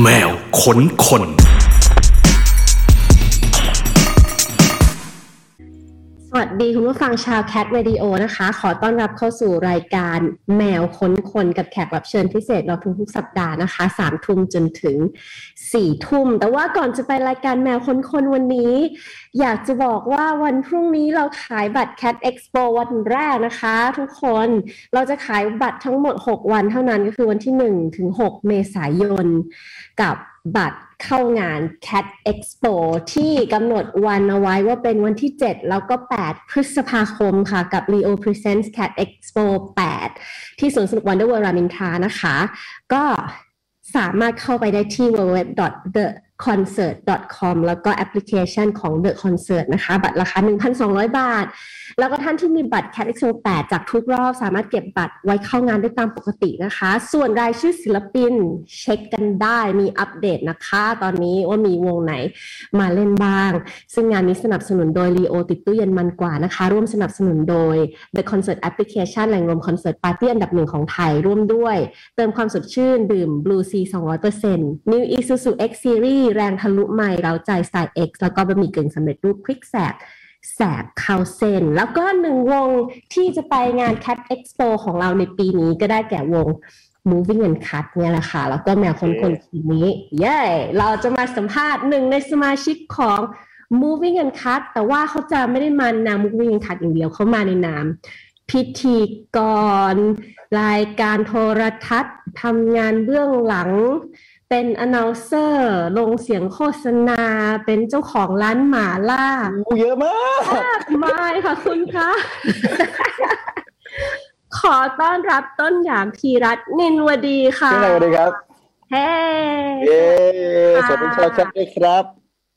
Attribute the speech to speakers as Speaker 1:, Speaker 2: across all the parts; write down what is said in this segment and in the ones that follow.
Speaker 1: แมวขนคน
Speaker 2: สวัสดีคุณผู้ฟังชาว Cat Radio นะคะ ขอต้อนรับเข้าสู่รายการแมวค้นคนกับแขกรับเชิญพิเศษเราทุกๆสัปดาห์นะคะสามทุ่มจนถึงสี่ทุ่ม แต่ว่าก่อนจะไปรายการแมวค้นคนวันนี้ อยากจะบอกว่าวันพรุ่งนี้เราขายบัตร Cat Expo วันแรกนะคะ ทุกคนเราจะขายบัตรทั้งหมด 6 วันเท่านั้นก็คือวันที่1ถึง6เมษายน กับบัตรเข้างาน Cat Expo ที่กำหนดวันเอาไว้ว่าเป็นวันที่ 7 แล้วก็ 8 พฤษภาคมค่ะ กับ Leo Presents Cat Expo 8 ที่สวนสนุกวันเดอร์เวรามินทรานะคะ ก็สามารถเข้าไปได้ที่ www.theconcert.com แล้วก็แอปพลิเคชันของ The Concert นะคะ บัตรราคา 1,200 บาท แล้วก็ท่านที่มีบัตร Cat Expo 8 จากทุกรอบสามารถเก็บบัตรไว้เข้างานได้ตามปกตินะคะ ส่วนรายชื่อศิลปินเช็คกันได้มีอัปเดตนะคะ ตอนนี้ว่ามีวงไหนมาเล่นบ้าง ซึ่งงานนี้สนับสนุนโดย Leo ติดตู้เย็นมันกว่านะคะ ร่วมสนับสนุนโดย The Concert Application แหล่งรวมคอนเสิร์ตปาร์ตี้อันดับหนึ่งของไทยร่วมด้วย เติมความสดชื่น ดื่ม Blue C 200% New Isuzu X Series แรงทะลุใหม่เร้าใจสไตล์ X แล้วก็บะหมี่กึ่งสำเร็จรูปคลิกแสก แสบเข้าเส้น แล้วก็หนึ่งวงที่จะไปงาน Cat Expo ของเราในปีนี้ก็ได้แก่วง Moving and Cut เนี่ยแหละค่ะ แล้วก็แมวคนคนทีนี้ เย้ เราจะมาสัมภาษณ์หนึ่งในสมาชิกของ Moving and Cut แต่ว่าเขาจะไม่ได้มานาม Moving and Cut อย่างเดียวเขามาในนาม พิธีกร รายการโทรทัศน์ทำงานเบื้องหลัง เป็นอน n วเซอร์ ลงเสียงโฆษณา เป็นเจ้าของร้านหมาล่า
Speaker 3: งูเยอะมาก
Speaker 2: มากมายค่ะคุณคะ ขอต้อนรับต้นหยามพีรัตน์นินวดีค่ะ
Speaker 3: พี่นายสวัสดีครับ
Speaker 2: เฮ้
Speaker 3: เย้สวัสดีชาวแคทด้วยครับ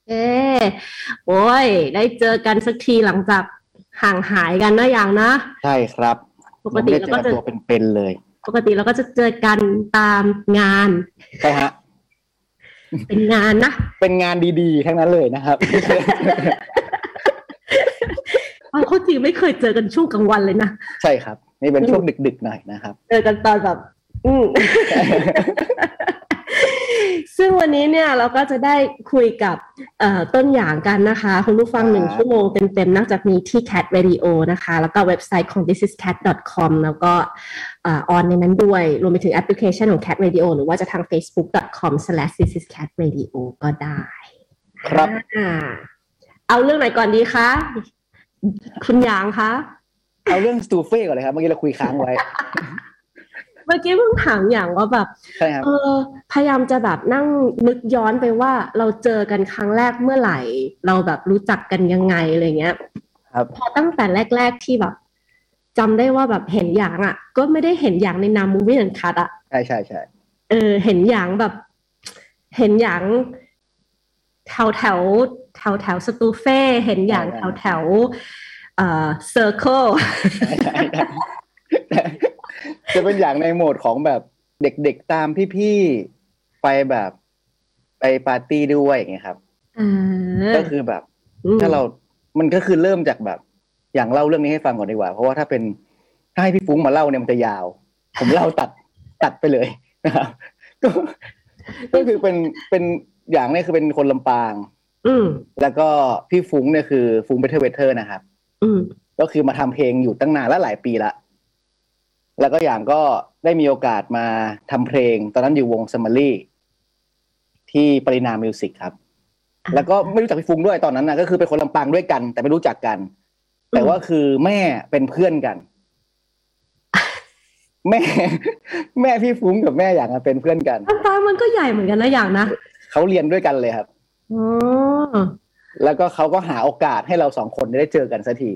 Speaker 2: เอ้โอ้ย ได้เจอกันสักทีหลังจากห่างหายกันนะอย่างนะ
Speaker 3: ใช่ครับ
Speaker 2: ปกติ
Speaker 3: ไม่ได้
Speaker 2: เราก็
Speaker 3: เจอ
Speaker 2: จะ
Speaker 3: ตัวเป็นๆเลย
Speaker 2: ปกติเราก็จะเจอกันตามงาน
Speaker 3: ใช่ฮะ
Speaker 2: เป็นงานนะ
Speaker 3: เป็นงานดีๆ ทั้งนั้นเลยนะครับ
Speaker 2: เอาเข้าจริงไม่เคยเจอกันช่วงกลางวันเลยนะ
Speaker 3: ใช่ครับ นี่เป็นช่วงดึกๆหน่อยนะครับ
Speaker 2: เจอกันตอนแบบ อืม ซึ่งวันนี้เนี่ยเราก็จะได้คุยกับเอ่อต้นอย่างกันนะคะ คุณผู้ฟัง
Speaker 3: ครับ
Speaker 2: หนึ่งชั่วโมงเต็มๆนอกจากนี้ที่ Cat Radio นะคะ แล้วก็เว็บไซต์ของ thisiscat.com แล้วก็เออนในนั้นด้วย รวมไปถึงแอปพลิเคชันของ Cat Radio หรือว่าจะทาง facebook.com/thisiscatradio ก็ได้
Speaker 3: ครับ
Speaker 2: อ่าเอาเรื่องไหนก่อนดีคะ คุณหยางคะ
Speaker 3: เอาเรื่องสตูเฟ่ก่อนเลยครับ เมื่อกี้เราคุยค้างไว้
Speaker 2: เมื่อกี้เพิ่งถามอย่างว่าแบบ
Speaker 3: ใช่ครับ
Speaker 2: เออพยายามจะแบบนั่งนึกย้อนไปว่าเราเจอกันครั้งแรกเมื่อไหร่ เราแบบรู้จักกันยังไงอะไรเงี้ย
Speaker 3: ครับ
Speaker 2: พอตั้งแต่แรก ๆที่แบบจำได้ว่าแบบเห็นอย่างอะ่ะ ก็ไม่ได้เห็นอย่างในนามมูวี่นันคัดอ่ะ
Speaker 3: ใช่ใช่ใช่
Speaker 2: เออ เห็นอย่างแบบ เห็นอย่างแถวแถวแถวแถวสตูเฟ่เห็นอย่างแถวแถวเอ่อเซอร์เคิล
Speaker 3: ใช่ใช่จะเป็นอย่างในโหมดของแบบเด็กๆตามพี่ๆไปแบบไปปาร์ตี้ด้วยอย่างเงี้ยครับ ก็คือแบบ ถ้าเรา มันก็คือเริ่มจากแบบ อย่างเล่าเรื่องนี้ให้ฟังก่อนดีกว่า เพราะว่าถ้าเป็น ถ้าให้พี่ฟุ้งมาเล่าเนี่ยมันจะยาว ผมเล่าตัด ตัดไปเลย นะครับก็ ก็คือเป็น เป็น อย่างเนี้คือเป็นคนลำปาง
Speaker 2: อืม
Speaker 3: แล้วก็พี่ฟุ้งเนี่ยคือฟุ้งเบเทอร์เวเทอร์นะครับ
Speaker 2: อืม
Speaker 3: ก็คือมาทำเพลงอยู่ตั้งนานและหลายปีละ แล้วก็อย่างก็ได้มีโอกาสมาทำเพลง ตอนนั้นอยู่วงซัมมารีที่ปรินามิวสิกครับ
Speaker 2: อ่า
Speaker 3: แล้วก็ไม่รู้จักพี่ฟุ้งด้วยตอนนั้นนะก็คือเป็นคนลำปางด้วยกัน แต่ไม่รู้จักกัน แต่ว่าคือแม่เป็นเพื่อนกัน แม่ แม่พี่ฟุ้งกับแม่อย่างอะเป็นเพื่อนกัน
Speaker 2: ้ฟ้ามันก็ใหญ่เหมือนกันนะอย่างนะ
Speaker 3: เขาเรียนด้วยกันเลยครับ
Speaker 2: อ๋อ
Speaker 3: แล้วก็เขาก็หาโอกาสให้เราสองคนได้เจอกันสักที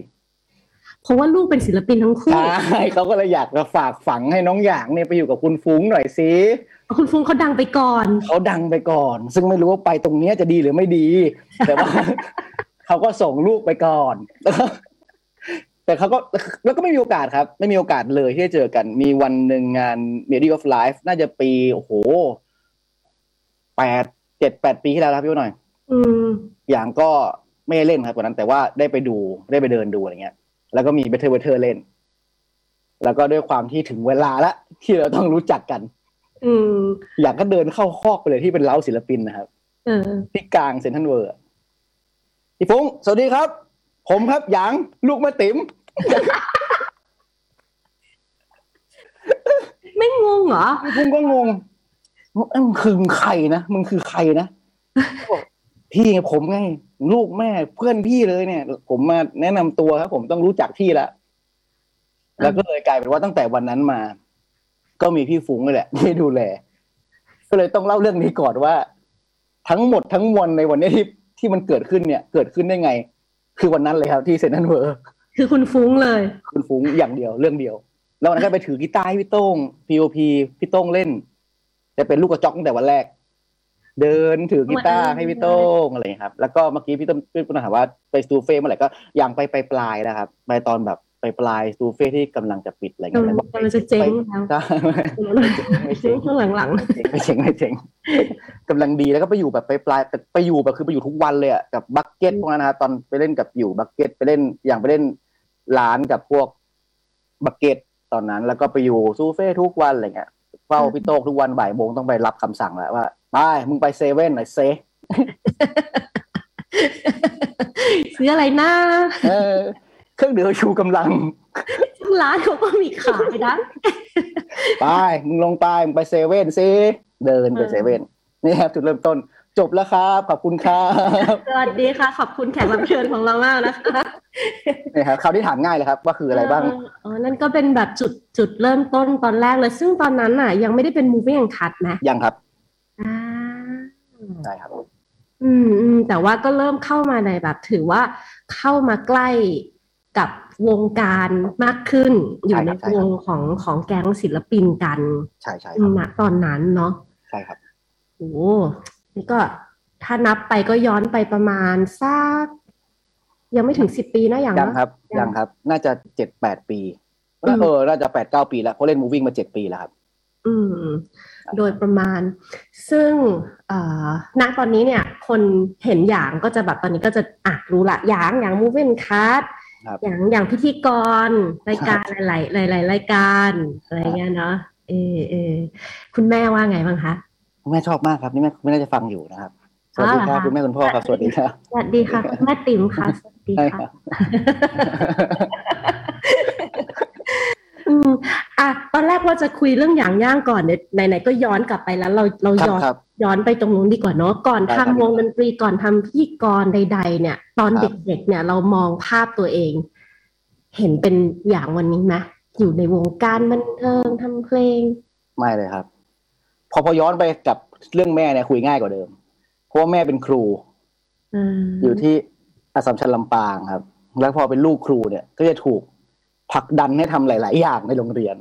Speaker 2: เพราะว่าลูกเป็นศิลปินทั้งคู่
Speaker 3: ใช่เขาก็เลยอยากจะฝากฝังให้น้องหยางเนี่ยไปอยู่กับคุณฟุ้งหน่อยสิ
Speaker 2: คุณฟุ้งเขาดังไปก่อน
Speaker 3: เขาดังไปก่อน ซึ่งไม่รู้ว่าไปตรงเนี้ยจะดีหรือไม่ดี แต่ว่า เขาก็ส่งลูกไปก่อน แต่เขาก็แล้วก็ไม่มีโอกาสครับ ไม่มีโอกาสเลยที่จะเจอกัน มีวันหนึ่งงาน Media of Life น่าจะปี โอ้โหแปดเจ็ดแปดปีที่แล้วนะครับพี่หน่อย
Speaker 2: อืม
Speaker 3: อย่างก็ไม่ได้เล่นครับวันนั้น แต่ว่าได้ไปดูได้ไปเดินดูอะไรเงี้ย แล้วก็มีเบเทอร์เวเทอร์เล่น แล้วก็ด้วยความที่ถึงเวลาละที่เราต้องรู้จักกัน
Speaker 2: อืม
Speaker 3: อยากก็เดินเข้าคอกไปเลยที่เป็นเล้าศิลปินนะครับ
Speaker 2: เออ
Speaker 3: ที่กลางเซ็นทรัลเวิร์อะพี่พงศ์สวัสดีครับ ผมครับหยางลูกแม่ติ๋ม
Speaker 2: ไม่งงเหรอ
Speaker 3: พี่พงศ์ก็งงเอ้ยมึงคือมึงใครนะมึงคือใครนะบอกพี่ไงผมไงลูกแม่เพื่อนพี่เลยเนี่ย ผมมาแนะนำตัวครับ ผมต้องรู้จักพี่ละแล้วก็เลยกลายเป็นว่าตั้งแต่วันนั้นมา ก็มีพี่ฟุ้งนี่แหละ ที่ดูแล ก็เลยต้องเล่าเรื่องนี้ก่อนว่า ทั้งหมดทั้งมวลในวันนี้ที่ที่มันเกิดขึ้นเนี่ย เกิดขึ้นได้ไง คือวันนั้นเลยครับที่เซนต์นันเวอร์
Speaker 2: คือคุณฟุ้งเลย
Speaker 3: คุณฟุ้งอย่างเดียวเรื่องเดียว แล้ววันนั้นก็ไปถือกีตาร์ให้พี่โต้ง POP พี่โต้งเล่น จะเป็นลูกกระจอกตั้งแต่วันแรก เดินถือกีตาร์ให้พี่โต้งอะไรอย่างเงี้ยครับ แล้วก็เมื่อกี้พี่ต้นพี่ปุณถามว่าไปสตูเฟ่เมื่อไหร่ก็อย่างไปไปปลายนะครับ ไปตอนแบบไปปลายสตูเฟ่ที่กำลังจะปิดอะไรเงี้ยแล้ว
Speaker 2: กำลังจะเจ๊งแล้ว
Speaker 3: ใช่ไม่เจ๊ง
Speaker 2: ช่วงหลัง
Speaker 3: ไม่เจ๋งไม่เจ๋งกำลังดีแล้วก็ไปอยู่แบบไปปลายแต่ไปอยู่แบบคือไปอยู่ทุกวันเลยอะกับบักเก็ตพวกนั้นนะครับตอนไปเล่นกับอยู่บักเก็ตไปเล่นอย่างไปเล่นร้านกับพวกบักเก็ตตอนนั้น แล้วก็ไปอยู่ซูเฟ่ทุกวันอะไรเงี้ยเฝ้าพี่โต๊กทุกวันบ่ายโมงต้องไปรับคำสั่งแล้วว่าไปมึงไปเซเว่นหน่อยเซ
Speaker 2: ๆ ซื้ออะไรนะ
Speaker 3: เออ เครื่องดื่มชูกำลัง
Speaker 2: ร้านเขาก็มีขายนะ
Speaker 3: ไปมึงลงไปมึงไปเซเว่นซิเดินไปเซเว่นนี่ครับจุดเริ่มต้น จบแล้วครับขอบคุณครับ
Speaker 2: สวัสดีค่ะ ขอบคุณแขกรับเชิญของเรามากนะคะ
Speaker 3: นะครับคราวที่ถามง่ายเลยครับ ว่าคืออะไรบ้าง
Speaker 2: เอ๋อนั่นก็เป็นแบบจุดจุดเริ่มต้นตอนแรกเลย ซึ่งตอนนั้นน่ะ ยังไม่ได้เป็น moving and cut นะ
Speaker 3: ยังครับ
Speaker 2: อ่า
Speaker 3: ได้ครับ
Speaker 2: อืมอืมแต่ว่าก็เริ่มเข้ามาในแบบ ถือว่าเข้ามาใกล้กับวงการมากขึ้น อยู่
Speaker 3: ใช่
Speaker 2: ใน
Speaker 3: ครับ
Speaker 2: ว
Speaker 3: ใช่ครับ
Speaker 2: งของของแก๊งศิลปินกัน
Speaker 3: ใช่ใช่ครับ
Speaker 2: ณตอนนั้นเนาะ
Speaker 3: ใช่ครับ
Speaker 2: โอ้โหนี่ก็ถ้านับไปก็ย้อนไปประมาณสักยังไม่ถึงสิบปีนะอย่าง
Speaker 3: ยัง
Speaker 2: นะ
Speaker 3: ครับยังครับ น่าจะเจ็ดแปดปี
Speaker 2: อืม
Speaker 3: เออน่าจะแปดเก้าปีแล้วเพราะเล่นมูวิ่งมาเจ็ดปีแล้วครับ
Speaker 2: อืม โดยประมาณ ซึ่งเอ่อณตอนนี้เนี่ย คนเห็นอย่างก็จะแบบตอนนี้ก็จะอ่ะรู้ละอย่างอย่างมูเวนคัส
Speaker 3: ครับ
Speaker 2: อย่างอย่างพิธีกรรายการหลายหลายหลายๆรายการอะไรเงี้ยเนาะเออเออคุณแม่ว่าไงบ้างคะ
Speaker 3: คุณแม่ชอบมากครับนี่แม่ไม่น่าจะฟังอยู่นะครับสวัสดีค
Speaker 2: อ๋อเหรอ
Speaker 3: รับ
Speaker 2: คะ
Speaker 3: คุณแม่คุณพ่อครับสวัสดีครับ
Speaker 2: สวัสดีค่ะคุณแม่ติ๋มค่ะสวัสดี
Speaker 3: ใช่ค
Speaker 2: ค่ะ
Speaker 3: รับ
Speaker 2: อืมอ่ะตอนแรกว่าจะคุยเรื่องอย่างย่างก่อนเนี่ยไหนๆก็ย้อนกลับไปแล้วเราเรา
Speaker 3: ค
Speaker 2: ย้อน
Speaker 3: รับครับ
Speaker 2: ย้อนไปตรงนู้นดีกว่าเนาะก่อน
Speaker 3: ได้ค
Speaker 2: ทำ
Speaker 3: รับ
Speaker 2: วงดนตรีก่อนทำพธี่กรใด ๆ เนี่ย ตอน
Speaker 3: ครับ
Speaker 2: เด็กๆเนี่ยเรามองภาพตัวเอง เห็นเป็นอย่างวันนี้ไหมอยู่ในวงการบันเทิงทำเพลง
Speaker 3: ไม่เลยครับ พอพอย้อนไปกับเรื่องแม่เนี่ยคุยง่ายกว่าเดิม เพราะว่าแม่เป็นครู
Speaker 2: อืม
Speaker 3: อยู่ที่อัสสัมชัญลำปางครับ แล้วพอเป็นลูกครูเนี่ยก็จะถูกผลักดันให้ทำหลาย ๆ อย่างในโรงเรียน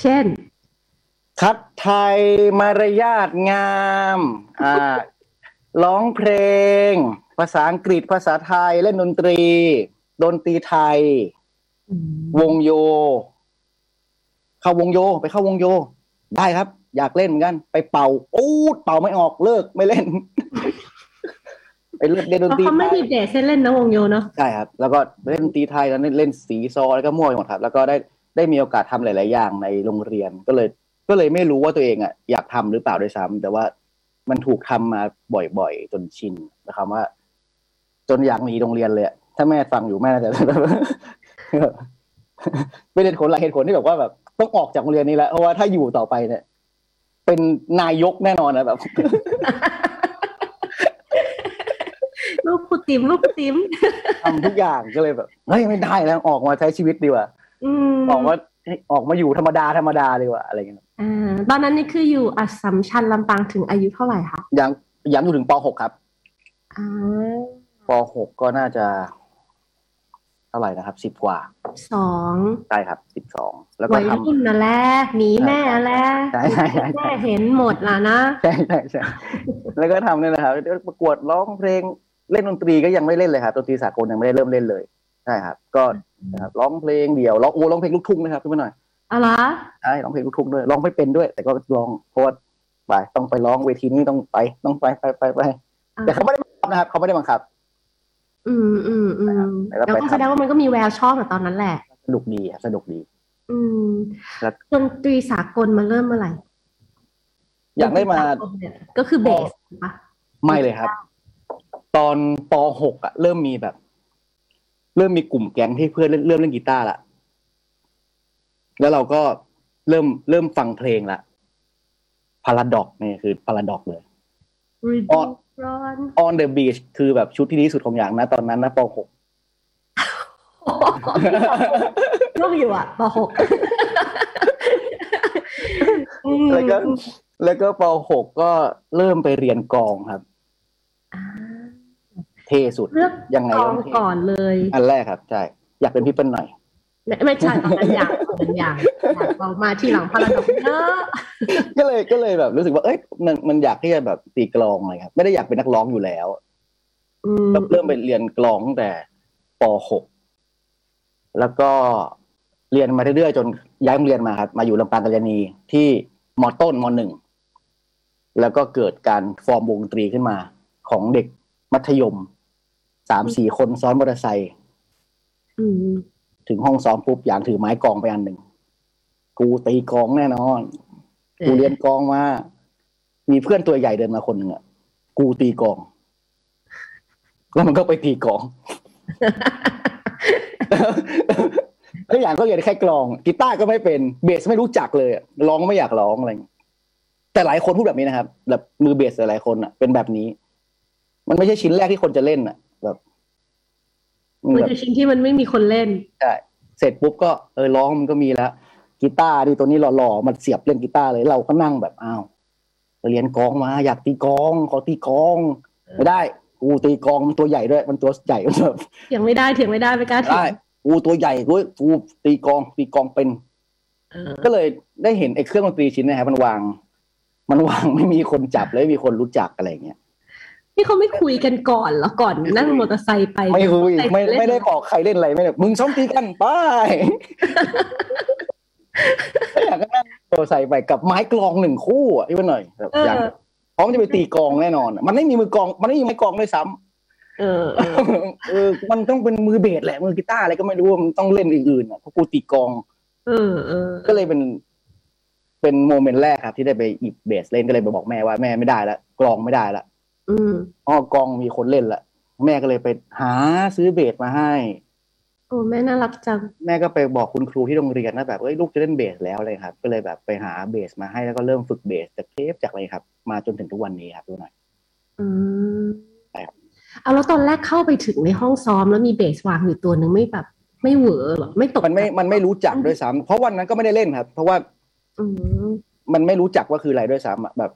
Speaker 2: เช่น
Speaker 3: คัดไทยมารยาทงามอ่าร้องเพลง ภาษาอังกฤษภาษาไทยเล่นดนตรี ดนตรีไทย
Speaker 2: อืม
Speaker 3: วงโย เข้าวงโยไปเข้าวงโย ได้ครับ อยากเล่นเหมือนกัน ไปเป่าอู้ดเป่าไม่ออกเลิกไม่เล่น ไปเลิกเล่นดน
Speaker 2: เพราะ
Speaker 3: ตรี
Speaker 2: เขาไม่
Speaker 3: ไท
Speaker 2: มี
Speaker 3: ย
Speaker 2: เดทให้เล่นนะวงโยเนาะ
Speaker 3: ใช่ครับ แล้วก็เล่นดนตรีไทยแล้วเล่นสีซอแล้วก็มั่วไปหมดครับ แล้วก็ได้ได้มีโอกาสทำหลาย ๆ อย่างในโรงเรียนก็เลย ก็เลยไม่รู้ว่าตัวเองอ่ะอยากทำหรือเปล่าด้วยซ้ำแต่ว่ามันถูกทำมาบ่อย ๆ จนชินนะครับว่า จนอยากหนีโรงเรียนเลยอะถ้าแม่ฟังอยู่แม่น่าจะ เป็นเหตุผลหลายเหตุผลที่แบบว่าแบบต้องออกจากโรงเรียนนี้แล้วเพราะว่าถ้าอยู่ต่อไปเนี่ย เป็นนายกแน่นอนนะแบบ
Speaker 2: ลูกครูติ๋มลูกครูติ๋ม
Speaker 3: ทำทุกอย่างก็เลยแบบเฮ้ยไม่ได้แล้วออกมาใช้ชีวิตดีกว่า
Speaker 2: อืม
Speaker 3: บอกว่าเฮ้ยออกมาอยู่ธรรมดาธรรมดาเลยว่ะอะไรเงี้ย
Speaker 2: อ่าตอนนั้นนี่คืออยู่อัสสัมชัญลำปางถึงอายุเท่าไหร่คะ
Speaker 3: ยังยังอยู่ถึงป .6 ครับ
Speaker 2: อ่า
Speaker 3: ป .6 ก็น่าจะเท่าไหร่นะครับสิบกว่า
Speaker 2: สอง
Speaker 3: ใช่ครับสิบสองแล้วก็
Speaker 2: วัย
Speaker 3: ทำ
Speaker 2: รุ่นนะแลหนีแม่
Speaker 3: ใช่
Speaker 2: แล
Speaker 3: ใช่ใช่ใช่
Speaker 2: แม่เห็นหมดละนะ
Speaker 3: ใช่ใช่ใช่แล้วก็ทำเนี่ยนะครับประกวดร้องเพลงเล่นดนตรีก็ยังไม่เล่นเลยครับดนตรีสากลยังไม่ได้เริ่มเล่นเลยใช่ครับ ก็นะครับร้องเพลงเดี่ยวร้องโอ้ร้องเพลงลูกทุ่งนะครับขึ้นมาหน่อย
Speaker 2: เอาละ
Speaker 3: ใช่ร้องเพลงลูกทุ่งด้วยร้องไม่เป็นด้วย แต่ก็ร้องเพราะว่าไปต้องไปร้องเวทีนี้ต้องไปต้องไปไปไปไปแต่เขาไม่ได้บังคับนะครับเขาไม่ได้บังคับ
Speaker 2: อืมอืมอืม
Speaker 3: แล้ว
Speaker 2: แล้ว
Speaker 3: ก็ไป
Speaker 2: ก็
Speaker 3: ทำ
Speaker 2: แสดงว่ามันก็มีแววชอบแต่ตอนนั้นแหละ
Speaker 3: สนุกดีครับสนุกดี
Speaker 2: อืม
Speaker 3: แล้ว
Speaker 2: ดนตรีสากลมันเริ่มเมื่อไหร่
Speaker 3: อยากได้มา
Speaker 2: ก็คือเบสถูกปะ
Speaker 3: ไม่เลยครับ ตอนป .6 อะเริ่มมีแบบ เริ่มมีกลุ่มแก๊งที่เพื่อนเล่นเริ่มเล่นกีตาร์ละแล้วเราก็เริ่มเริ่มฟังเพลงละพาราดอกนี่คือพาราดอกเลย
Speaker 2: ฤดูร้อน
Speaker 3: On the Beach คือแบบชุดที่ดีที่สุดของอย่างนะตอนนั้นนะป .6
Speaker 2: ลูกอยู่อ่ะปหก
Speaker 3: แล้วก็แล้วก็ป .6 ก็เริ่มไปเรียนกลองครับ
Speaker 2: อ่า
Speaker 3: เท่สุด
Speaker 2: เลือก
Speaker 3: ยังไง
Speaker 2: กอง
Speaker 3: ก็เท่
Speaker 2: ก่อนเลย
Speaker 3: อันแรกครับใช่อยากเป็นพี่เปิ้ลหน่อย
Speaker 2: ไม่ไม่ใช่ตอนนั้นอย่างตอนนั้นอย่างอย่างเรามาที่หลังพาราดอกเนอะ
Speaker 3: ก็เลยก็เลยแบบรู้สึกว่าเอ้ยมันมันอยากที่จะแบบตีกลองอะไรครับ ไม่ได้อยากเป็นนักร้องอยู่แล้ว
Speaker 2: อืม
Speaker 3: แล้วเริ่มไปเรียนกลองตั้งแต่ป .6 แล้วก็เรียนมาเรื่อยๆจนย้ายโรงเรียนมาครับ มาอยู่ลำปางกัลยานีที่มต้นมหนึ่งแล้วก็เกิดการฟอร์มวงดนตรีขึ้นมา ของเด็กมัธยมสามสี่คนซ้อนมอเตอร์ไซค์
Speaker 2: อืม
Speaker 3: ถึงห้องซ้อมปุ๊บอย่างถือไม้กลองไปอันหนึ่งกูตีกลองแน่นอน กูเรียนกลองมา มีเพื่อนตัวใหญ่เดินมาคนหนึ่งอ่ะ กูตีกลอง แล้วมันก็ไปตีกลอง แล้วอย่างก็เรียนแค่กลอง กีตาร์ก็ไม่เป็น เบสไม่รู้จักเลยอะร้องก็ไม่อยากร้องอะไรอย่างเงี้ยแต่หลายคนพูดแบบนี้นะครับ แบบมือเบสหลายๆคนอ่ะ เป็นแบบนี้ มันไม่ใช่ชิ้นแรกที่คนจะเล่นอ่ะ แบบมัน
Speaker 2: มัน
Speaker 3: แบบ
Speaker 2: คือชิ้นที่มันไม่มีคนเล่น
Speaker 3: เสร็จปุ๊บก็เออร้องมันก็มีแล้วกีตาร์ดิตัวนี้หล่อๆมันเสียบเล่นกีตาร์เลยเราก็นั่งแบบอ้าวไปเรียนกลองมา อยากตีกลองขอตีกลองไม่ได้กูตีกลองมันตัวใหญ่ด้วย มันตัวใหญ่มันแบบ
Speaker 2: เถียงไม่ได้เถียงไม่ได้ไม่กล้าเถีย
Speaker 3: ได้
Speaker 2: ง
Speaker 3: กูตัวใหญ่ด้วยกูตีกลองตีกลองเป็น
Speaker 2: เออ
Speaker 3: ก็เลยได้เห็นไอ้เครื่องดนตรีชิ้นเนะครับมันวาง มันวาง ไม่มีคนจับเลยไม่มีคนรู้จักอะไรอย่างเงี้ย
Speaker 2: นี่เขาไม่คุยกันก่อนเหรอก่อนนั่งมอเตอร์ไซค์ไป
Speaker 3: ไม่คุย
Speaker 2: ใครจะเล่น
Speaker 3: ไม่ไม่ได้บอกใครเล่นอะไรไม่ได้มึงซ้อมตีกันไป ก็อยากก็นั่งโตใส่ไปกับไม้กลองหนึ่งคู่อ่ะพี่ว่าหน่อยแบบ
Speaker 2: เอ
Speaker 3: อยาก
Speaker 2: อ
Speaker 3: พร้อมจะไปตีกลองแน่นอนอะมันไม่มีมือกลอง มันไม่มีไม้กลองด้วยซ้ำ
Speaker 2: เออเออ
Speaker 3: เออ มันต้องเป็นมือเบสแหละ มือกีตาร์อะไรก็ไม่รู้ มันต้องเล่นอื่นๆอะเพราะกูตีกลอง
Speaker 2: เออเออ
Speaker 3: ก็เลยเป็น เป็นโมเมนต์แรกครับ ที่ได้ไปหยิบเบสเล่นก็เลยไปบอกแม่ว่าแม่ไม่ได้ละกลองไม่ได้ละ
Speaker 2: อืม
Speaker 3: อ๋อกลองมีคนเล่นละ แม่ก็เลยไปหาซื้อเบสมาให้
Speaker 2: โอ้แม่น่ารักจัง
Speaker 3: แม่ก็ไปบอกคุณครูที่โรงเรียนนะแบบเอ้ยลูกจะเล่นเบสแล้วอะไรครับ ก็เลยแบบไปหาเบสมาให้แล้วก็เริ่มฝึกเบสจากเทปจากอะไรครับ มาจนถึงทุกวันนี้ครับดูหน่อย
Speaker 2: อืม
Speaker 3: ครับ
Speaker 2: เอาแล้วตอนแรกเข้าไปถึงในห้องซ้อมแล้วมีเบสวางอยู่ตัวหนึ่งไม่แบบ ไม่เหวอเหรอไม่ตก
Speaker 3: มันไม่ มันไม่รู้จั กด้วยซ้ำเพราะวันนั้นก็ไม่ได้เล่นครับ เพราะว่า
Speaker 2: อืม
Speaker 3: มันไม่รู้จักว่าคืออะไรด้วยซ้ำอะแบบ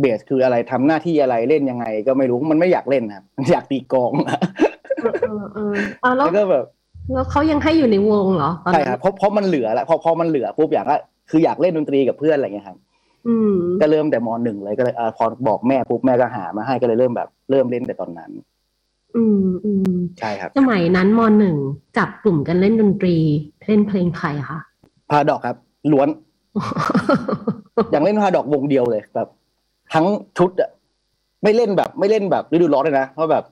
Speaker 3: เบสคืออะไรทำหน้าที่อะไรเล่นยังไง ก็ไม่รู้มันไม่อยากเล่นนะครับ มันอยากตีกลองอะ
Speaker 2: เออเออเออเอาแล้
Speaker 3: แล้ววก็แบบ
Speaker 2: แล้วเขายังให้อยู่ในวงเหรอตอน
Speaker 3: ใช่
Speaker 2: นั้น
Speaker 3: ครับเพราะเพราะมันเหลือละพอพอมันเหลือปุ๊บอยากก็คืออยากเล่นดนตรีกับเพื่อนอะไรเงี้ยครับ
Speaker 2: อืม
Speaker 3: ก็เริ่มแต่มหนึ่งเลยก็เลยเอ่อพอบอกแม่ปุ๊บแม่ก็หามาให้ก็เลยเริ่มแบบเริ่มเล่นแต่ตอนนั้น
Speaker 2: อืมอืม
Speaker 3: ใช่ครับ
Speaker 2: สมัยนั้นมหนึ่งจับกลุ่มกันเล่นดนตรี เล่นเพลงใครอะ คะ
Speaker 3: พาดอกครับล้วนอย่างเล่นพาดอกวงเดียวเลยแบบ ทั้งชุดอะไม่เล่นแบบ ไม่เล่นแบบฤดูร้อนเลยนะเพราะแบบ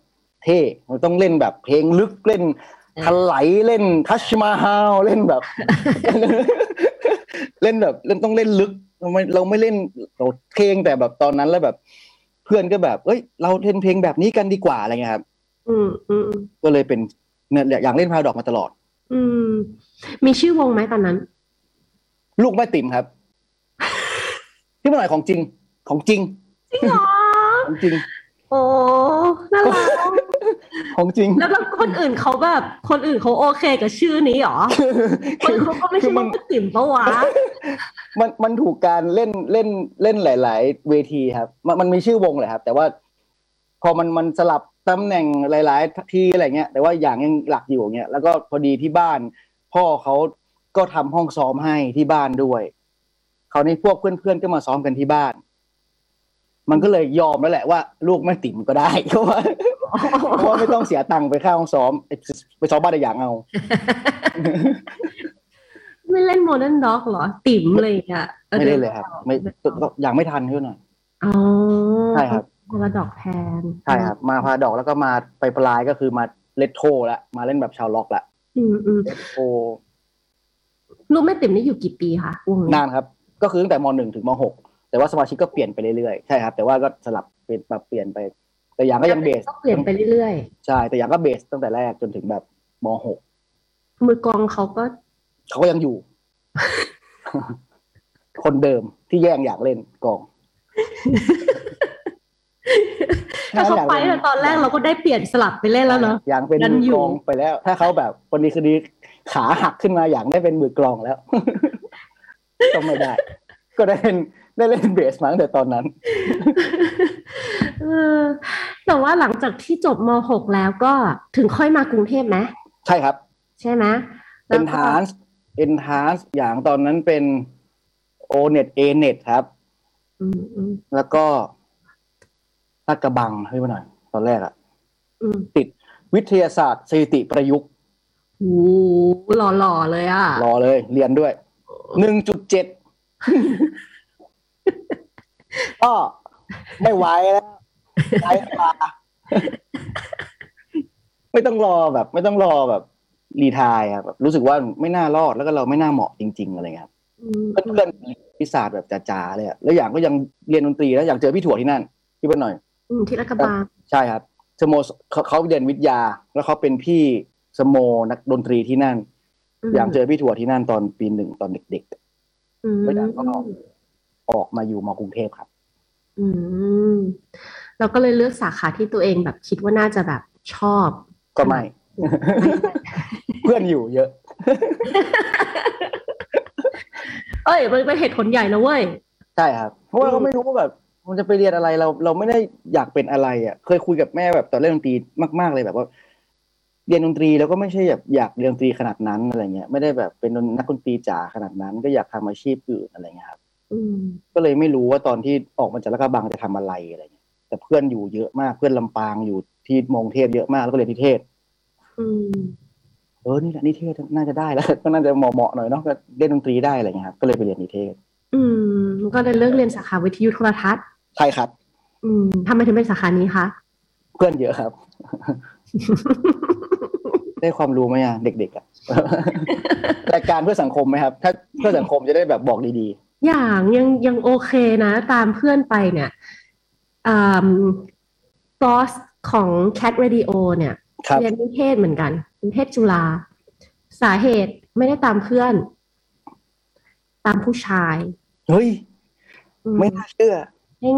Speaker 3: เท่มันต้องเล่นแบบเพลงลึกเล่น ถลายเล่นทัชมาฮาลเล่นแบบ เล่นแบบเล่นต้องเล่นลึกเราไม่เราไม่เล่นเราเพลงแต่แบบตอนนั้นแล้วแบบ เพื่อนก็แบบ เอ้ย เราเล่นเพลงแบบนี้กันดีกว่าอะไรเงี้ยครับ
Speaker 2: อืมอืม
Speaker 3: ก็เลยเป็นเนี่ยอย่างเล่นพาราดอกมาตลอด
Speaker 2: อืมมีชื่อวงไหมตอนนั้น
Speaker 3: ลูกแม่ติ๋มครับ ที่เมื่อไหร่ของจริงของจริง
Speaker 2: จริงเหรอ
Speaker 3: ของจริง
Speaker 2: โอ้น่ารัก
Speaker 3: ของจริง
Speaker 2: แล้วแล้วคนอื่นเขาแบบคนอื่นเขาโอเคกับชื่อนี้เหรอ คนเขาก็ไม่
Speaker 3: คื
Speaker 2: ใช่
Speaker 3: อมัน
Speaker 2: ว่าติ่มปะวะ
Speaker 3: มันมันถูกการเล่นเล่นเล่นหลาย ๆ เวทีครับ มันมันมีชื่อวงแหละครับ แต่ว่า พอมันมันสลับตำแหน่งหลาย ๆ ที่อะไรเงี้ย แต่ว่าอย่างยังหลักอยู่อย่างเงี้ยแล้วก็พอดีที่บ้าน พ่อเขาก็ทำห้องซ้อมให้ที่บ้านด้วยคราวนี้พวกเพื่อน ๆ ก็มาซ้อมกันที่บ้าน มันก็เลยยอมแล้วแหละว่า ลูกแม่ติ๋มก็ได้ เพราะว่าเพราะว่าไม่ต้องเสียตังค์ไปค่าห้องซ้อมไปไปซ้อมบ้านอะไรอย่างเอา
Speaker 2: ไม่เล่นโมเดิร์นด็อกเหรอ ติ่มอะไรอย่างเงี้ยออ
Speaker 3: ไม่ได้เลยครับ ไม่อย่างไม่ทันเท่าหน่อย
Speaker 2: อ๋อ
Speaker 3: ใช่ครับ
Speaker 2: คนละดอกแทน
Speaker 3: ใช่ครับ มาพาดอกแล้วก็มาไปปลายก็คือมาเลตโทละมาเล่นแบบชาวล็อกละ
Speaker 2: อืมอืม
Speaker 3: เลตโท
Speaker 2: ลูกแม่ติ่มนี่อยู่กี่ปีคะวง
Speaker 3: นานครับ ก็คือตั้งแต่มหนึ่งถึงมหก แต่ว่าสมาชิกก็เปลี่ยนไปเรื่อยๆใช่ครับ แต่ว่าก็สลับเปลี่ยนปรับเปลี่ยนไป แต่อย่างก็ยังเบส
Speaker 2: ก็เปลี่ยนไปเรื่อย
Speaker 3: ใช่ แต่อย่างก็เบสตั้งแต่แรกจนถึงแบบมหก
Speaker 2: ๆ มือกลองเขาก็
Speaker 3: เขาก็ยัง อยู่ คนเดิมที่แย่งอยากเล่นกอง
Speaker 2: ก็เขาไปแต่ตอนแรกเราก็ได้เปลี่ยนสลับไปเล่นแล้วเนาะ
Speaker 3: อย่างเป็น
Speaker 2: ดัน
Speaker 3: มือ
Speaker 2: อยู่
Speaker 3: กลองไปแล้ว ถ้าเขาแบบวันนี้คือดีขาหักขึ้นมาอย่างได้เป็นมือกลองแล้ว ก็ไม่ได้ ก็ได้เล่นได้เล่นเบสมาตั้งแต่ตอนนั้น
Speaker 2: เออแต่ว่าหลังจากที่จบม .6 แล้วก็ถึงค่อยมากรุงเทพไหม
Speaker 3: ใช่ครับ
Speaker 2: ใช่ไหมแล้
Speaker 3: เป็
Speaker 2: วน ก็
Speaker 3: ทานส์เอ็นทานส์อย่างตอนนั้นเป็นโอเน็ตเอเน็ตครับ
Speaker 2: อืมอืม
Speaker 3: แล้วก็ลาดกระบังเฮ้ยมาหน่อย ตอนแรกอะ
Speaker 2: อืม
Speaker 3: วิทยาศาสตร์สถิติประยุกต์
Speaker 2: โอ้โหหล่อๆเลยอ่ะ
Speaker 3: รอเลย เรียนด้วยหนึ่งจุดเจ็ด ก็ไม่ไหวแล้วไหวกว่าไม่ต้องรอแบบ ไม่ต้องรอแบบ รีไทายครับแบบรู้สึกว่าไม่น่ารอดแล้วก็เราไม่น่าเหมาะจริง ๆ อะไรเงี้ยครับ
Speaker 2: อืม
Speaker 3: เพื่อนวิศาสตร์แบบจ๋าๆเลยอะแล้วอย่างก็ยังเรียนดนตรีแล้วอย่างเจอพี่ถั่วที่นั่นพี่เปิ้ลหน่อย
Speaker 2: อืมที่รักกระบัง
Speaker 3: ใช่ครับสโมเขาเขาเรียนวิทยา แล้วเขาเป็นพี่สโมนักดนตรีที่นั่น
Speaker 2: ม
Speaker 3: อย่างเจอพี่ถั่วที่นั่นตอนปีหนึ่งตอนเด็ก
Speaker 2: ม
Speaker 3: ไม่ดังก็ออก ๆ ออกมาอยู่มากรุงเทพครับ
Speaker 2: อืมเราก็เลยเลือกสาขาที่ตัวเองแบบคิดว่าน่าจะแบบชอบ
Speaker 3: ก็ไม่ เพื่อนอยู่เยอะ
Speaker 2: เอ้ยมันเป็นเหตุผลใหญ่นะเว้ย
Speaker 3: ใช่ครับ เพราะว่าเขาไม่รู้ว่าแบบมันจะไปเรียนอะไรเรา เราไม่ได้อยากเป็นอะไรอ่ะ เคยคุยกับแม่แบบตอนเล่นดนตรีมากๆเลยแบบว่า เรียนดนตรีแล้วก็ไม่ใช่แบบอยากเรียนดนตรีขนาดนั้นอะไรเงี้ยไม่ได้แบบเป็นนักดนตรีจ๋าขนาดนั้น ก็อยากทำอาชีพอื่นอะไรเงี้ยครับ
Speaker 2: อืม
Speaker 3: ก็เลยไม่รู้ว่าตอนที่ออกมาจากลาดกระบังจะทำอะไรอะไรเงี้ยแต่เพื่อนอยู่เยอะมากเพื่อนลำปางอยู่ที่มงเทพเยอะมากแล้วก็เรียนนิเทศ
Speaker 2: อืม
Speaker 3: เออนี่แหละนิเทศน่าจะได้แล้ว ก็น่าจะเหมาะๆหน่อยเนาะก็เล่นดนตรีได้อะไรเงี้ยครับก็เลยไปเรียนนิเทศ
Speaker 2: อืมก็เลยเลือกเรียนสาขาวิทยุโทรทัศน์
Speaker 3: ใช่ครับ
Speaker 2: อืมทำไมถึงเป็นสาขานี้คะ
Speaker 3: เพื่อนเยอะครับ ได้ความรู้ไหมอ่ะเด็กๆอ่ะ รายการเพื่อสังคมไหมครับ ถ้าเพื่อสังคมจะได้แบบบอกดี
Speaker 2: อย่างยังยังโอเคนะ ตามเพื่อนไปเนี่ยอ่าบอสของ Cat Radio เนี่ย
Speaker 3: ๆ ครับ
Speaker 2: เรียนนิเทศเหมือนกันนิเทศจุฬาสาเหตุไม่ได้ตามเพื่อน ตามผู้ชาย
Speaker 3: เฮ้ย
Speaker 2: อื
Speaker 3: ไม่น่าเชื่อ